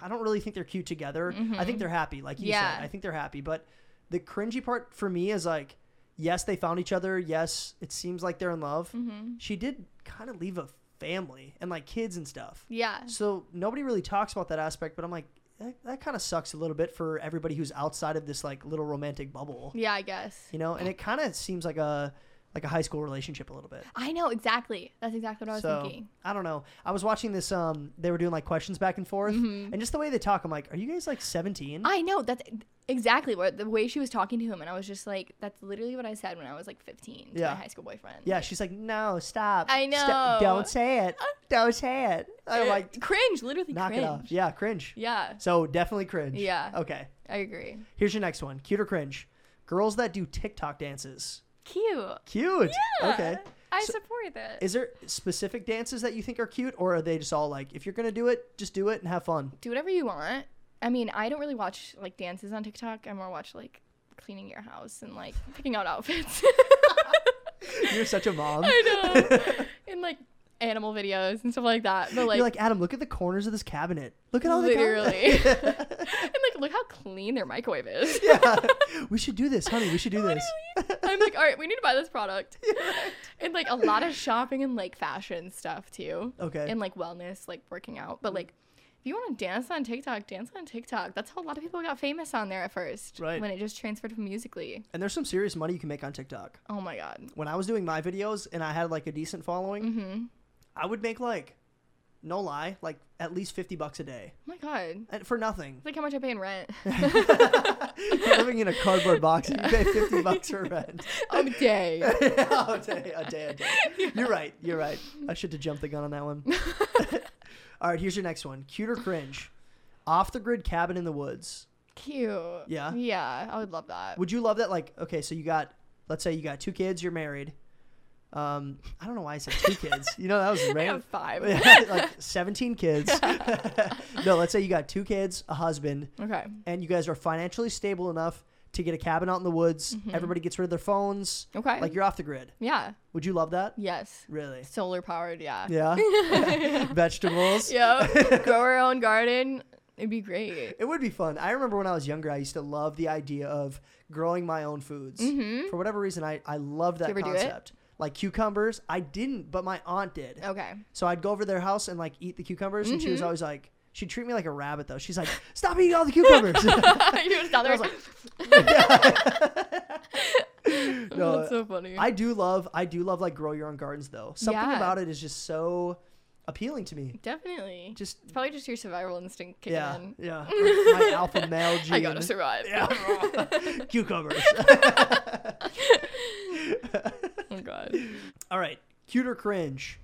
[SPEAKER 2] I don't really think they're cute together. I think they're happy, like you
[SPEAKER 3] Mm-hmm. Yeah.
[SPEAKER 2] said. I think they're happy, but the cringy part for me is like, yes, they found each other. Yes, it seems like they're in love.
[SPEAKER 3] Mm-hmm.
[SPEAKER 2] She did kind of leave a family and like kids and stuff.
[SPEAKER 3] yeah.
[SPEAKER 2] So nobody really talks about that aspect, but I'm like, that, that kind of sucks a little bit for everybody who's outside of this like little romantic bubble,
[SPEAKER 3] Yeah, I guess.
[SPEAKER 2] you know. And it kind of seems like a like a high school relationship a little bit.
[SPEAKER 3] I know exactly. That's exactly what I was
[SPEAKER 2] so
[SPEAKER 3] thinking.
[SPEAKER 2] I don't know. I was watching this. Um, they were doing like questions back and forth, and just the way they talk, I'm like, are you guys like 17?
[SPEAKER 3] Mm-hmm. I know that's exactly what the way she was talking to him, and I was just like, that's literally what I said when I was like 15 to
[SPEAKER 2] Yeah.
[SPEAKER 3] my high school boyfriend.
[SPEAKER 2] yeah, she's like, no, stop.
[SPEAKER 3] I
[SPEAKER 2] Sta-
[SPEAKER 3] know.
[SPEAKER 2] don't say it. Don't say it.
[SPEAKER 3] Uh,
[SPEAKER 2] I'm like,
[SPEAKER 3] cringe, literally
[SPEAKER 2] knock
[SPEAKER 3] cringe.
[SPEAKER 2] it off. Yeah, cringe.
[SPEAKER 3] Yeah,
[SPEAKER 2] So definitely cringe.
[SPEAKER 3] Yeah.
[SPEAKER 2] Okay.
[SPEAKER 3] I agree.
[SPEAKER 2] Here's your next one. Cute or cringe? Girls that do TikTok dances.
[SPEAKER 3] Cute.
[SPEAKER 2] Cute.
[SPEAKER 3] Yeah,
[SPEAKER 2] Okay.
[SPEAKER 3] I
[SPEAKER 2] So-
[SPEAKER 3] support it.
[SPEAKER 2] Is there specific dances that you think are cute, or are they just all like, if you're gonna do it, just do it and have fun?
[SPEAKER 3] Do whatever you want. I mean, I don't really watch like dances on TikTok. I more watch like cleaning your house and like picking out outfits.
[SPEAKER 2] You're such a mom.
[SPEAKER 3] I know. and like animal videos and stuff like that. But like,
[SPEAKER 2] You're like Adam. Look at the corners of this cabinet. Look at all the
[SPEAKER 3] literally.
[SPEAKER 2] corners.
[SPEAKER 3] and like, look how clean their microwave is.
[SPEAKER 2] yeah. We should do this, honey. We should do this.
[SPEAKER 3] Literally. I'm like, all right, we need to buy this product. And like a lot of shopping and like fashion stuff too.
[SPEAKER 2] Okay. Mm-hmm.
[SPEAKER 3] And like wellness, like working out. But like If you want to dance on TikTok, dance on TikTok. That's how a lot of people got famous on there at first.
[SPEAKER 2] Right.
[SPEAKER 3] When it just transferred from Musically.
[SPEAKER 2] And there's some serious money you can make on TikTok.
[SPEAKER 3] Oh my God.
[SPEAKER 2] When I was doing my videos and I had like a decent following,
[SPEAKER 3] Mm-hmm. Oh
[SPEAKER 2] I would make like, no lie, like at least 50 bucks a day
[SPEAKER 3] my God.
[SPEAKER 2] and for nothing.
[SPEAKER 3] It's like how much I pay in rent.
[SPEAKER 2] You're living in a cardboard box and you pay 50 bucks for rent.
[SPEAKER 3] a day.
[SPEAKER 2] a day, a day, a day. You're right. You're right. I should have jumped the gun on that one. All right, here's your next one. Cute or cringe? Off the grid cabin in the woods.
[SPEAKER 3] Cute.
[SPEAKER 2] Yeah?
[SPEAKER 3] Yeah. I would love that.
[SPEAKER 2] Would you love that? Like, okay, so you got, let's say you got two kids, you're married. Um, I don't know why I said two kids. You know, that was
[SPEAKER 3] I
[SPEAKER 2] random.
[SPEAKER 3] have five.
[SPEAKER 2] like 17 kids. no, let's say you got two kids, a husband,
[SPEAKER 3] Okay.
[SPEAKER 2] and you guys are financially stable enough to get a cabin out in the woods.
[SPEAKER 3] Mm-hmm.
[SPEAKER 2] Everybody gets rid of their phones.
[SPEAKER 3] Okay.
[SPEAKER 2] Like, you're off the grid.
[SPEAKER 3] yeah.
[SPEAKER 2] Would you love that?
[SPEAKER 3] Yes.
[SPEAKER 2] Really?
[SPEAKER 3] Solar powered. Yeah.
[SPEAKER 2] Yeah. Vegetables.
[SPEAKER 3] Yep. Grow our own garden. It'd be great.
[SPEAKER 2] It would be fun. I remember when I was younger, I used to love the idea of growing my own foods. For whatever reason, I, I love that
[SPEAKER 3] Mm-hmm. you ever do it?
[SPEAKER 2] concept. Like cucumbers, I didn't, but my aunt did.
[SPEAKER 3] Okay.
[SPEAKER 2] So I'd go over to their house and like eat the cucumbers, and
[SPEAKER 3] Mm-hmm.
[SPEAKER 2] she was always like, she'd treat me like a rabbit though. She's like, stop eating all the cucumbers.
[SPEAKER 3] You're just down there.
[SPEAKER 2] was no,
[SPEAKER 3] That's so funny.
[SPEAKER 2] I do love, I do love like grow your own gardens though. Something
[SPEAKER 3] Yeah.
[SPEAKER 2] about it is just so appealing to me.
[SPEAKER 3] Definitely.
[SPEAKER 2] Just
[SPEAKER 3] it's probably just your survival instinct kicking
[SPEAKER 2] yeah,
[SPEAKER 3] in.
[SPEAKER 2] yeah. my alpha male gene.
[SPEAKER 3] I gotta survive.
[SPEAKER 2] cucumbers.
[SPEAKER 3] oh god.
[SPEAKER 2] All right, cute or cringe?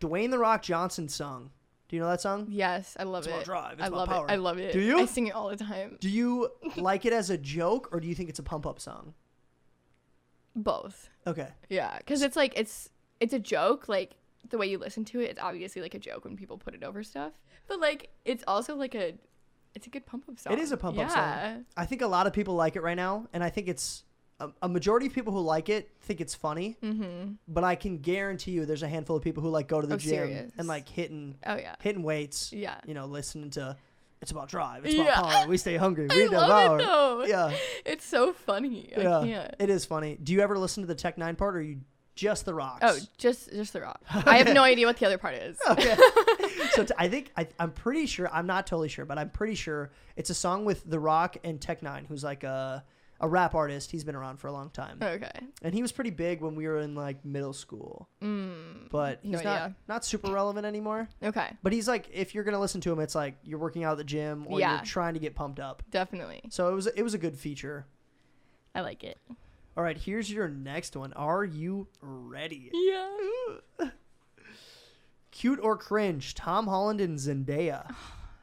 [SPEAKER 2] Dwayne the Rock Johnson song. Do you know that song?
[SPEAKER 3] Yes, I love
[SPEAKER 2] It's
[SPEAKER 3] it.
[SPEAKER 2] my drive, it's
[SPEAKER 3] I
[SPEAKER 2] my
[SPEAKER 3] love
[SPEAKER 2] power.
[SPEAKER 3] it. I love it.
[SPEAKER 2] Do you?
[SPEAKER 3] I sing it all the time.
[SPEAKER 2] Do you like it as a joke or do you think it's a pump up song?
[SPEAKER 3] Both.
[SPEAKER 2] Okay,
[SPEAKER 3] Yeah, because it's like it's it's a joke. Like the way you listen to it, it's obviously like a joke when people put it over stuff. But like it's also like a it's a good pump up song.
[SPEAKER 2] it is a pump up
[SPEAKER 3] yeah.
[SPEAKER 2] song. I think a lot of people like it right now, and I think it's a, a majority of people who like it think it's funny.
[SPEAKER 3] Mm-hmm.
[SPEAKER 2] But I can guarantee you, there's a handful of people who like go to the
[SPEAKER 3] Oh,
[SPEAKER 2] gym
[SPEAKER 3] serious?
[SPEAKER 2] and like hitting
[SPEAKER 3] Oh yeah.
[SPEAKER 2] hitting weights.
[SPEAKER 3] Yeah.
[SPEAKER 2] you know, listening to it's about drive, it's about
[SPEAKER 3] Yeah.
[SPEAKER 2] power. We stay hungry,
[SPEAKER 3] I
[SPEAKER 2] we
[SPEAKER 3] love
[SPEAKER 2] devour.
[SPEAKER 3] it though.
[SPEAKER 2] Yeah,
[SPEAKER 3] It's so funny. I
[SPEAKER 2] yeah,
[SPEAKER 3] can't.
[SPEAKER 2] it is funny. Do you ever listen to the Tech Nine part, or are you just the rocks?
[SPEAKER 3] Oh, just just the rock. I have no idea what the other part is.
[SPEAKER 2] Okay. so t- I think I, I'm pretty sure. I'm not totally sure, but I'm pretty sure it's a song with The Rock and Tech Nine, who's like a a rap artist. He's been around for a long time,
[SPEAKER 3] Okay.
[SPEAKER 2] and he was pretty big when we were in like middle school.
[SPEAKER 3] Mm,
[SPEAKER 2] But he's
[SPEAKER 3] No
[SPEAKER 2] not
[SPEAKER 3] idea.
[SPEAKER 2] not super relevant anymore.
[SPEAKER 3] okay.
[SPEAKER 2] But he's like, if you're gonna listen to him, it's like you're working out at the gym or
[SPEAKER 3] Yeah.
[SPEAKER 2] you're trying to get pumped up.
[SPEAKER 3] Definitely.
[SPEAKER 2] So it was it was a good feature.
[SPEAKER 3] I like it.
[SPEAKER 2] All right, here's your next one. Are you ready?
[SPEAKER 3] Yeah.
[SPEAKER 2] Cute or cringe? Tom Holland and Zendaya.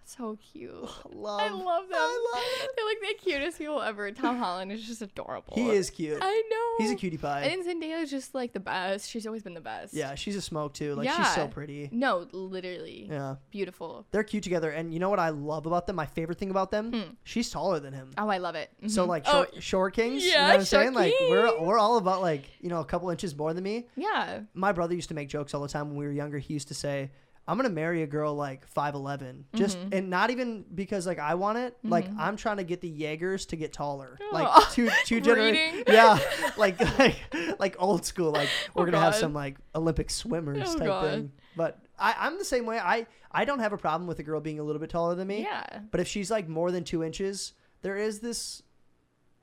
[SPEAKER 3] So cute.
[SPEAKER 2] Love.
[SPEAKER 3] Oh, I love them.
[SPEAKER 2] Um, I love it.
[SPEAKER 3] They're like the cutest people ever. Tom Holland is just adorable.
[SPEAKER 2] He is cute.
[SPEAKER 3] I know.
[SPEAKER 2] He's a cutie pie.
[SPEAKER 3] And Zendaya is just like the best. She's always been the best.
[SPEAKER 2] Yeah, she's a smoke too. Like she's so
[SPEAKER 3] Yeah.
[SPEAKER 2] pretty.
[SPEAKER 3] No, literally.
[SPEAKER 2] Yeah.
[SPEAKER 3] Beautiful.
[SPEAKER 2] They're cute together and you know what I love about them? My favorite thing about them? She's taller than him.
[SPEAKER 3] Oh, I love it.
[SPEAKER 2] So
[SPEAKER 3] Mhm.
[SPEAKER 2] like
[SPEAKER 3] Hmm. oh,
[SPEAKER 2] short, short kings, you know
[SPEAKER 3] yeah,
[SPEAKER 2] what I'm saying?
[SPEAKER 3] short
[SPEAKER 2] Like we're
[SPEAKER 3] kings.
[SPEAKER 2] we're all about like, you know, a couple inches more than me.
[SPEAKER 3] yeah.
[SPEAKER 2] My brother used to make jokes all the time when we were younger. He used to say, "I'm going to marry a girl like 5'11." Just
[SPEAKER 3] Mm-hmm.
[SPEAKER 2] and not even because like I want it. Like I'm trying to get the Jaegers to get taller. Like
[SPEAKER 3] Aw.
[SPEAKER 2] two two generations.
[SPEAKER 3] Breeding.
[SPEAKER 2] Yeah. Like like like old school like we're
[SPEAKER 3] Oh,
[SPEAKER 2] going to have
[SPEAKER 3] God.
[SPEAKER 2] some like Olympic swimmers
[SPEAKER 3] Oh,
[SPEAKER 2] type
[SPEAKER 3] God.
[SPEAKER 2] thing. But I, I'm the same way. I, I don't have a problem with a girl being a little bit taller than me.
[SPEAKER 3] Yeah.
[SPEAKER 2] But if she's like more than two inches, there is this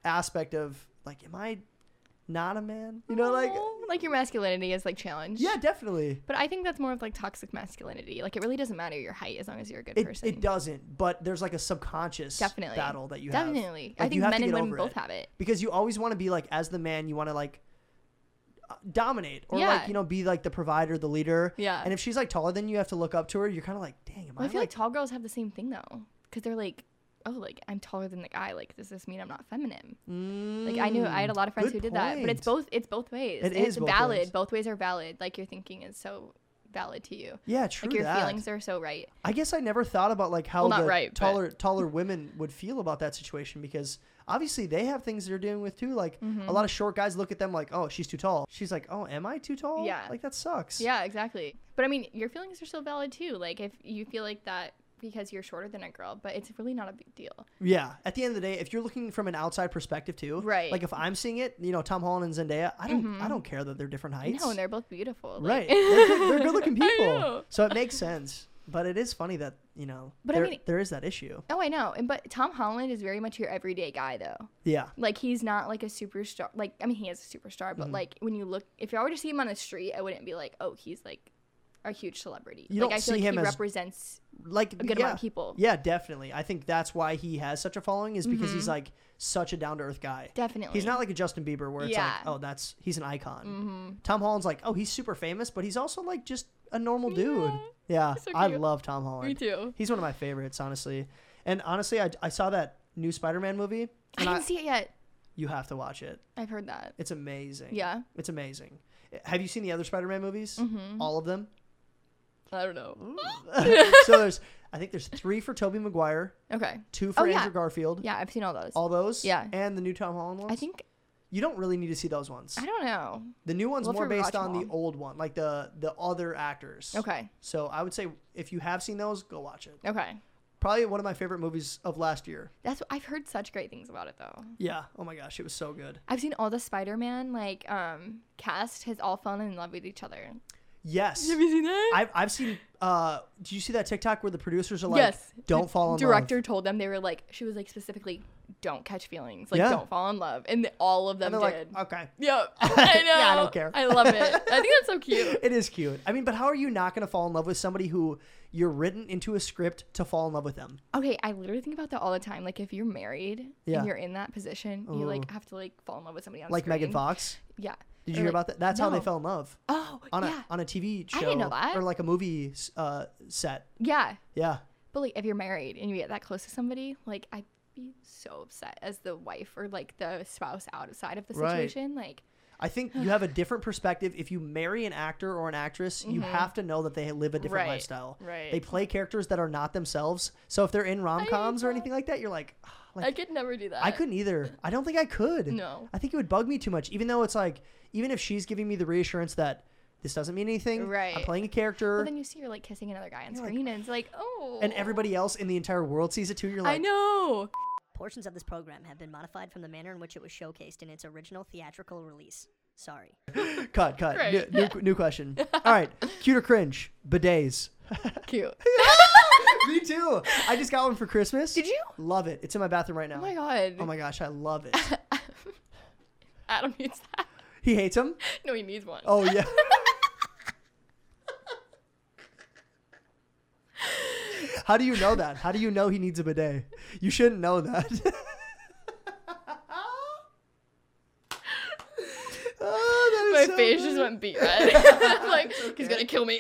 [SPEAKER 2] aspect of like, am I not a man? You know, like,
[SPEAKER 3] Aw, like your masculinity is like challenged.
[SPEAKER 2] yeah, definitely.
[SPEAKER 3] But I think that's more of like toxic masculinity. Like it really doesn't matter your height as long as you're a good
[SPEAKER 2] It,
[SPEAKER 3] person.
[SPEAKER 2] it doesn't, but there's like a subconscious
[SPEAKER 3] Definitely.
[SPEAKER 2] battle that you have.
[SPEAKER 3] Definitely. I
[SPEAKER 2] Like, you
[SPEAKER 3] think
[SPEAKER 2] have
[SPEAKER 3] men
[SPEAKER 2] to
[SPEAKER 3] and
[SPEAKER 2] get
[SPEAKER 3] women
[SPEAKER 2] over
[SPEAKER 3] both
[SPEAKER 2] it.
[SPEAKER 3] have it.
[SPEAKER 2] Because you always want to be like, as the man, you want to like uh, dominate or
[SPEAKER 3] Yeah.
[SPEAKER 2] like, you know, be like the provider, the leader.
[SPEAKER 3] Yeah.
[SPEAKER 2] And if she's like taller than you, you have to look up to her. You're kind of like, dang, am
[SPEAKER 3] Well, I
[SPEAKER 2] I
[SPEAKER 3] feel like,
[SPEAKER 2] like,
[SPEAKER 3] tall girls have the same thing though, because they're like, oh, like I'm taller than the guy. Like, does this mean I'm not feminine? Like I knew I had a lot of friends
[SPEAKER 2] mm, good
[SPEAKER 3] who did that, but it's
[SPEAKER 2] point.
[SPEAKER 3] both it's both ways.
[SPEAKER 2] It
[SPEAKER 3] and
[SPEAKER 2] is
[SPEAKER 3] it's
[SPEAKER 2] both
[SPEAKER 3] valid.
[SPEAKER 2] ways.
[SPEAKER 3] Both ways are valid. Like your thinking is so valid to you.
[SPEAKER 2] yeah, true
[SPEAKER 3] like your
[SPEAKER 2] that.
[SPEAKER 3] feelings are so right.
[SPEAKER 2] I guess I never thought about like how
[SPEAKER 3] Well, not
[SPEAKER 2] the
[SPEAKER 3] right, but-
[SPEAKER 2] taller taller women would feel about that situation because obviously they have things they're dealing with too. Like
[SPEAKER 3] Mm-hmm.
[SPEAKER 2] a lot of short guys look at them like, oh, she's too tall. She's like, oh, am I too tall?
[SPEAKER 3] Yeah.
[SPEAKER 2] like that sucks.
[SPEAKER 3] Yeah, exactly. But I mean, your feelings are still valid too. Like if you feel like that because you're shorter than a girl, but it's really not a big deal.
[SPEAKER 2] yeah. At the end of the day, if you're looking from an outside perspective too,
[SPEAKER 3] Right. Mm-hmm.
[SPEAKER 2] Like if I'm seeing it, you know, Tom Holland and Zendaya, I don't, I don't care that they're different heights.
[SPEAKER 3] No, and they're both beautiful. Like,
[SPEAKER 2] right. they're, good, they're good looking
[SPEAKER 3] I
[SPEAKER 2] people,
[SPEAKER 3] know.
[SPEAKER 2] so it makes sense. But it is funny that you know
[SPEAKER 3] But I
[SPEAKER 2] there,
[SPEAKER 3] mean-
[SPEAKER 2] there is that issue.
[SPEAKER 3] Oh, I know. And but Tom Holland is very much your everyday guy though.
[SPEAKER 2] Yeah,
[SPEAKER 3] Like he's not like a superstar. Like I mean, he is a superstar,
[SPEAKER 2] Mm-hmm.
[SPEAKER 3] but like when you look, if I were to see him on the street, I wouldn't be like, oh, he's like a huge celebrity.
[SPEAKER 2] You
[SPEAKER 3] like
[SPEAKER 2] don't
[SPEAKER 3] I feel
[SPEAKER 2] see
[SPEAKER 3] like
[SPEAKER 2] him
[SPEAKER 3] he
[SPEAKER 2] as-
[SPEAKER 3] represents
[SPEAKER 2] like
[SPEAKER 3] a good
[SPEAKER 2] yeah.
[SPEAKER 3] amount of people.
[SPEAKER 2] Yeah, definitely. I think that's why he has such a following is because he's like such a down to earth guy.
[SPEAKER 3] Mm-hmm. Definitely.
[SPEAKER 2] He's not like a Justin Bieber where it's
[SPEAKER 3] Yeah. Mm-hmm.
[SPEAKER 2] like, oh, that's he's an icon. Tom Holland's like, oh, he's super famous, but he's also like just a normal dude. Yeah,
[SPEAKER 3] so
[SPEAKER 2] I
[SPEAKER 3] cute.
[SPEAKER 2] love Tom Holland.
[SPEAKER 3] Me too.
[SPEAKER 2] He's one of my favorites, honestly. And honestly, I, I saw that new Spider-Man movie.
[SPEAKER 3] I
[SPEAKER 2] And
[SPEAKER 3] didn't see it yet.
[SPEAKER 2] you have to watch it.
[SPEAKER 3] I've heard that.
[SPEAKER 2] It's amazing.
[SPEAKER 3] Yeah.
[SPEAKER 2] It's amazing. Eh, Have you seen the other Spider-Man movies?
[SPEAKER 3] Mm-hmm.
[SPEAKER 2] All of them.
[SPEAKER 3] I don't know.
[SPEAKER 2] so there's, I think there's three for Tobey Maguire,
[SPEAKER 3] Okay.
[SPEAKER 2] two for
[SPEAKER 3] Oh, yeah.
[SPEAKER 2] Andrew Garfield,
[SPEAKER 3] Yeah, I've seen all those.
[SPEAKER 2] all those,
[SPEAKER 3] Yeah.
[SPEAKER 2] and the new Tom Holland ones.
[SPEAKER 3] I think
[SPEAKER 2] you don't really need to see those ones.
[SPEAKER 3] I don't know.
[SPEAKER 2] The new one's
[SPEAKER 3] We'll
[SPEAKER 2] more
[SPEAKER 3] have to
[SPEAKER 2] based
[SPEAKER 3] rewatch 'em
[SPEAKER 2] on the
[SPEAKER 3] all.
[SPEAKER 2] old one, like the the other actors.
[SPEAKER 3] Okay.
[SPEAKER 2] So I would say if you have seen those, go watch it.
[SPEAKER 3] Okay.
[SPEAKER 2] Probably one of my favorite movies of last year.
[SPEAKER 3] That's I've heard such great things about it though.
[SPEAKER 2] Yeah. Oh my gosh, it was so good.
[SPEAKER 3] I've seen all the Spider-Man like um cast has all fallen in love with each other.
[SPEAKER 2] Yes.
[SPEAKER 3] Have you seen that?
[SPEAKER 2] I've, I've seen. Uh, did you see that TikTok where the producers are like,
[SPEAKER 3] yes.
[SPEAKER 2] "Don't
[SPEAKER 3] The
[SPEAKER 2] fall in
[SPEAKER 3] Director
[SPEAKER 2] love"?
[SPEAKER 3] told them they were like she was like specifically don't catch feelings like
[SPEAKER 2] Yeah.
[SPEAKER 3] don't fall in love and th- all of them
[SPEAKER 2] And they're
[SPEAKER 3] did.
[SPEAKER 2] like, "Okay,
[SPEAKER 3] Yep. I know.
[SPEAKER 2] Yeah, I don't care.
[SPEAKER 3] I love it. I think that's so cute.
[SPEAKER 2] it is cute." I mean, but how are you not going to fall in love with somebody who you're written into a script to fall in love with them?
[SPEAKER 3] Okay, I literally think about that all the time. Like if you're married
[SPEAKER 2] Yeah.
[SPEAKER 3] and you're in that position, you like
[SPEAKER 2] Ooh.
[SPEAKER 3] have to like fall in love with somebody on
[SPEAKER 2] Like
[SPEAKER 3] screen.
[SPEAKER 2] Megan Fox.
[SPEAKER 3] Yeah.
[SPEAKER 2] Did you
[SPEAKER 3] Or,
[SPEAKER 2] hear
[SPEAKER 3] like-
[SPEAKER 2] about that? That's how they
[SPEAKER 3] No.
[SPEAKER 2] fell in love
[SPEAKER 3] Oh,
[SPEAKER 2] on a
[SPEAKER 3] yeah.
[SPEAKER 2] on a TV show
[SPEAKER 3] I didn't know that.
[SPEAKER 2] or like a movie s- uh, set.
[SPEAKER 3] yeah.
[SPEAKER 2] Yeah.
[SPEAKER 3] But like if you're married and you get that close to somebody, like I'd be so upset as the wife or like the spouse outside of the
[SPEAKER 2] Right.
[SPEAKER 3] situation. Like
[SPEAKER 2] I think you have a different perspective. If you marry an actor or an actress, you have to know that they live a different
[SPEAKER 3] Mm-hmm. Right,
[SPEAKER 2] lifestyle.
[SPEAKER 3] right.
[SPEAKER 2] They play characters that are not themselves. So if they're in rom coms or
[SPEAKER 3] that.
[SPEAKER 2] anything like that, you're like, "Ah," like
[SPEAKER 3] I could never do that.
[SPEAKER 2] I couldn't either. I don't think I could.
[SPEAKER 3] No.
[SPEAKER 2] I think it would bug me too much. Even though it's like, even if she's giving me the reassurance that this doesn't mean anything, I'm
[SPEAKER 3] Right.
[SPEAKER 2] playing a character,
[SPEAKER 3] But then you see her like kissing another guy on
[SPEAKER 2] You're like,
[SPEAKER 3] screen, and it's like, oh.
[SPEAKER 2] and everybody else in the entire world sees it too. You're like,
[SPEAKER 3] I know.
[SPEAKER 4] Portions of this program have been modified from the manner in which it was showcased in its original theatrical release. Sorry.
[SPEAKER 2] cut, cut. New,
[SPEAKER 3] Great.
[SPEAKER 2] new, new question. All right, cute or cringe? Bidets.
[SPEAKER 3] Cute. Oh
[SPEAKER 2] me too. I just got one for Christmas.
[SPEAKER 3] Did you?
[SPEAKER 2] Love it. It's in my bathroom right now.
[SPEAKER 3] Oh my god.
[SPEAKER 2] Oh my gosh, I love it.
[SPEAKER 3] Adam needs that.
[SPEAKER 2] he hates him.
[SPEAKER 3] No, he needs one.
[SPEAKER 2] Oh yeah. How do you know that? How do you know he needs a bidet? You shouldn't know that. oh, that
[SPEAKER 3] my
[SPEAKER 2] is so
[SPEAKER 3] face
[SPEAKER 2] funny.
[SPEAKER 3] just went beet red. like he's gonna kill me.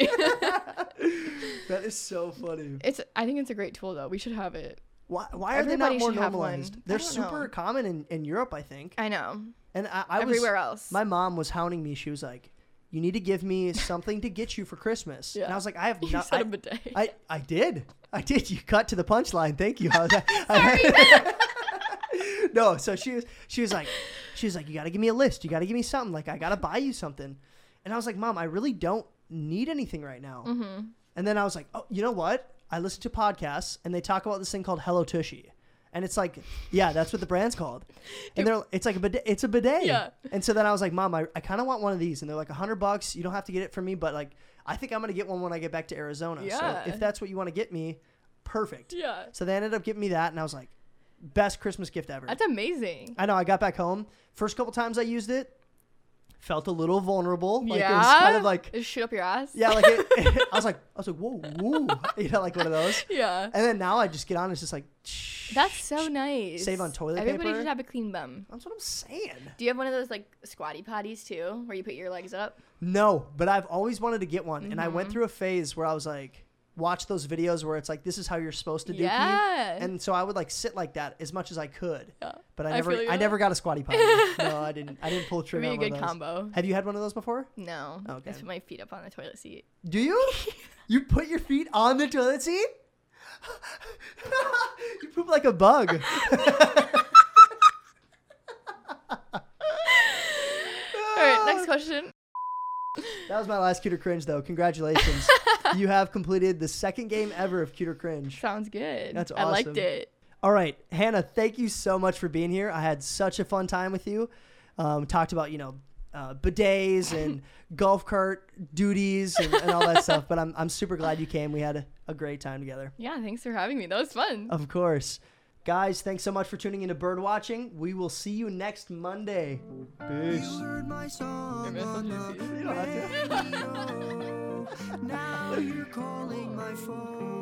[SPEAKER 2] That is so funny.
[SPEAKER 3] it's. I think it's a great tool though. We should have it.
[SPEAKER 2] Why, why are they not
[SPEAKER 3] Everybody
[SPEAKER 2] more
[SPEAKER 3] should have one.
[SPEAKER 2] normalized?
[SPEAKER 3] I
[SPEAKER 2] They're
[SPEAKER 3] don't
[SPEAKER 2] super
[SPEAKER 3] know.
[SPEAKER 2] common in, in Europe, I think.
[SPEAKER 3] I know.
[SPEAKER 2] And I, I was
[SPEAKER 3] Everywhere else.
[SPEAKER 2] My mom was hounding me. She was like, "You need to give me something to get you for Christmas." And I
[SPEAKER 3] Yeah.
[SPEAKER 2] was like, "I have
[SPEAKER 3] You
[SPEAKER 2] not."
[SPEAKER 3] said
[SPEAKER 2] I-
[SPEAKER 3] a bidet.
[SPEAKER 2] I, I did. I did. You cut to the punchline. Thank you. I was- I- no, so she was she was like she was like, You gotta give me a list, you gotta give me something, like I gotta buy you something. And I was like, Mom, I really don't need anything right now. And then I was like, Oh, you know what? I listen to podcasts and they talk about this thing called Hello Tushy. And it's like, yeah, that's what the brand's called. And they're it's like a bidet it's a bidet.
[SPEAKER 3] Yeah.
[SPEAKER 2] And so then I was like, Mom, I, I kinda want one of these. And they're like a hundred bucks, you don't have to get it from me, but like I think I'm gonna get one when I get back to Arizona.
[SPEAKER 3] Yeah.
[SPEAKER 2] So if that's what you want to get me, perfect.
[SPEAKER 3] yeah.
[SPEAKER 2] So they ended up giving me that, and I was like, best Christmas gift ever.
[SPEAKER 3] That's amazing.
[SPEAKER 2] I know. I got back home. First couple times I used it, felt a little vulnerable. Like
[SPEAKER 3] yeah.
[SPEAKER 2] it was kind of like
[SPEAKER 3] Just shoot up your ass.
[SPEAKER 2] yeah, like it, I was like I was like whoa whoa, you know, like one of those.
[SPEAKER 3] Yeah.
[SPEAKER 2] And then now I just get on. It's just like shh.
[SPEAKER 3] That's so nice.
[SPEAKER 2] Save on toilet
[SPEAKER 3] Everybody
[SPEAKER 2] paper.
[SPEAKER 3] should have a clean bum.
[SPEAKER 2] That's what I'm saying.
[SPEAKER 3] Do you have one of those like squatty potties too, where you put your legs up?
[SPEAKER 2] No, but I've always wanted to get one, and I
[SPEAKER 3] Mm-hmm.
[SPEAKER 2] went through a phase where I was like, watch those videos where it's like this is how you're supposed to do pee.
[SPEAKER 3] Yeah.
[SPEAKER 2] And so I would like sit like that as much as I could.
[SPEAKER 3] Yeah.
[SPEAKER 2] But I
[SPEAKER 3] I
[SPEAKER 2] never,
[SPEAKER 3] feel you.
[SPEAKER 2] I, never got a squatty potty. no, I didn't. I didn't pull the
[SPEAKER 3] Would
[SPEAKER 2] trigger.
[SPEAKER 3] be a
[SPEAKER 2] on one
[SPEAKER 3] good
[SPEAKER 2] of those.
[SPEAKER 3] combo.
[SPEAKER 2] Have you had one of those before?
[SPEAKER 3] No.
[SPEAKER 2] Okay.
[SPEAKER 3] I just put my feet up on the toilet seat.
[SPEAKER 2] Do you? you put your feet on the toilet seat? you poop like a bug.
[SPEAKER 3] All
[SPEAKER 2] Ah!
[SPEAKER 3] right, next question.
[SPEAKER 2] That was my last cuter cringe, though. Congratulations. you have completed the second game ever of cuter cringe.
[SPEAKER 3] Sounds good.
[SPEAKER 2] That's
[SPEAKER 3] I
[SPEAKER 2] awesome.
[SPEAKER 3] liked it.
[SPEAKER 2] All right, Hannah, thank you so much for being here. I had such a fun time with you. Um, talked about, you know, uh, bidets and golf cart duties and, and all that stuff. But I'm, I'm super glad you came. We had a, a great time together.
[SPEAKER 3] Yeah, thanks for having me. That was fun.
[SPEAKER 2] Of course. Guys, thanks so much for tuning into Bird Watching. We will see you next Monday.
[SPEAKER 1] You heard my
[SPEAKER 2] Oh,
[SPEAKER 1] song
[SPEAKER 3] Maybe I
[SPEAKER 1] on
[SPEAKER 3] should
[SPEAKER 1] the
[SPEAKER 3] do
[SPEAKER 1] radio. now you're calling my phone.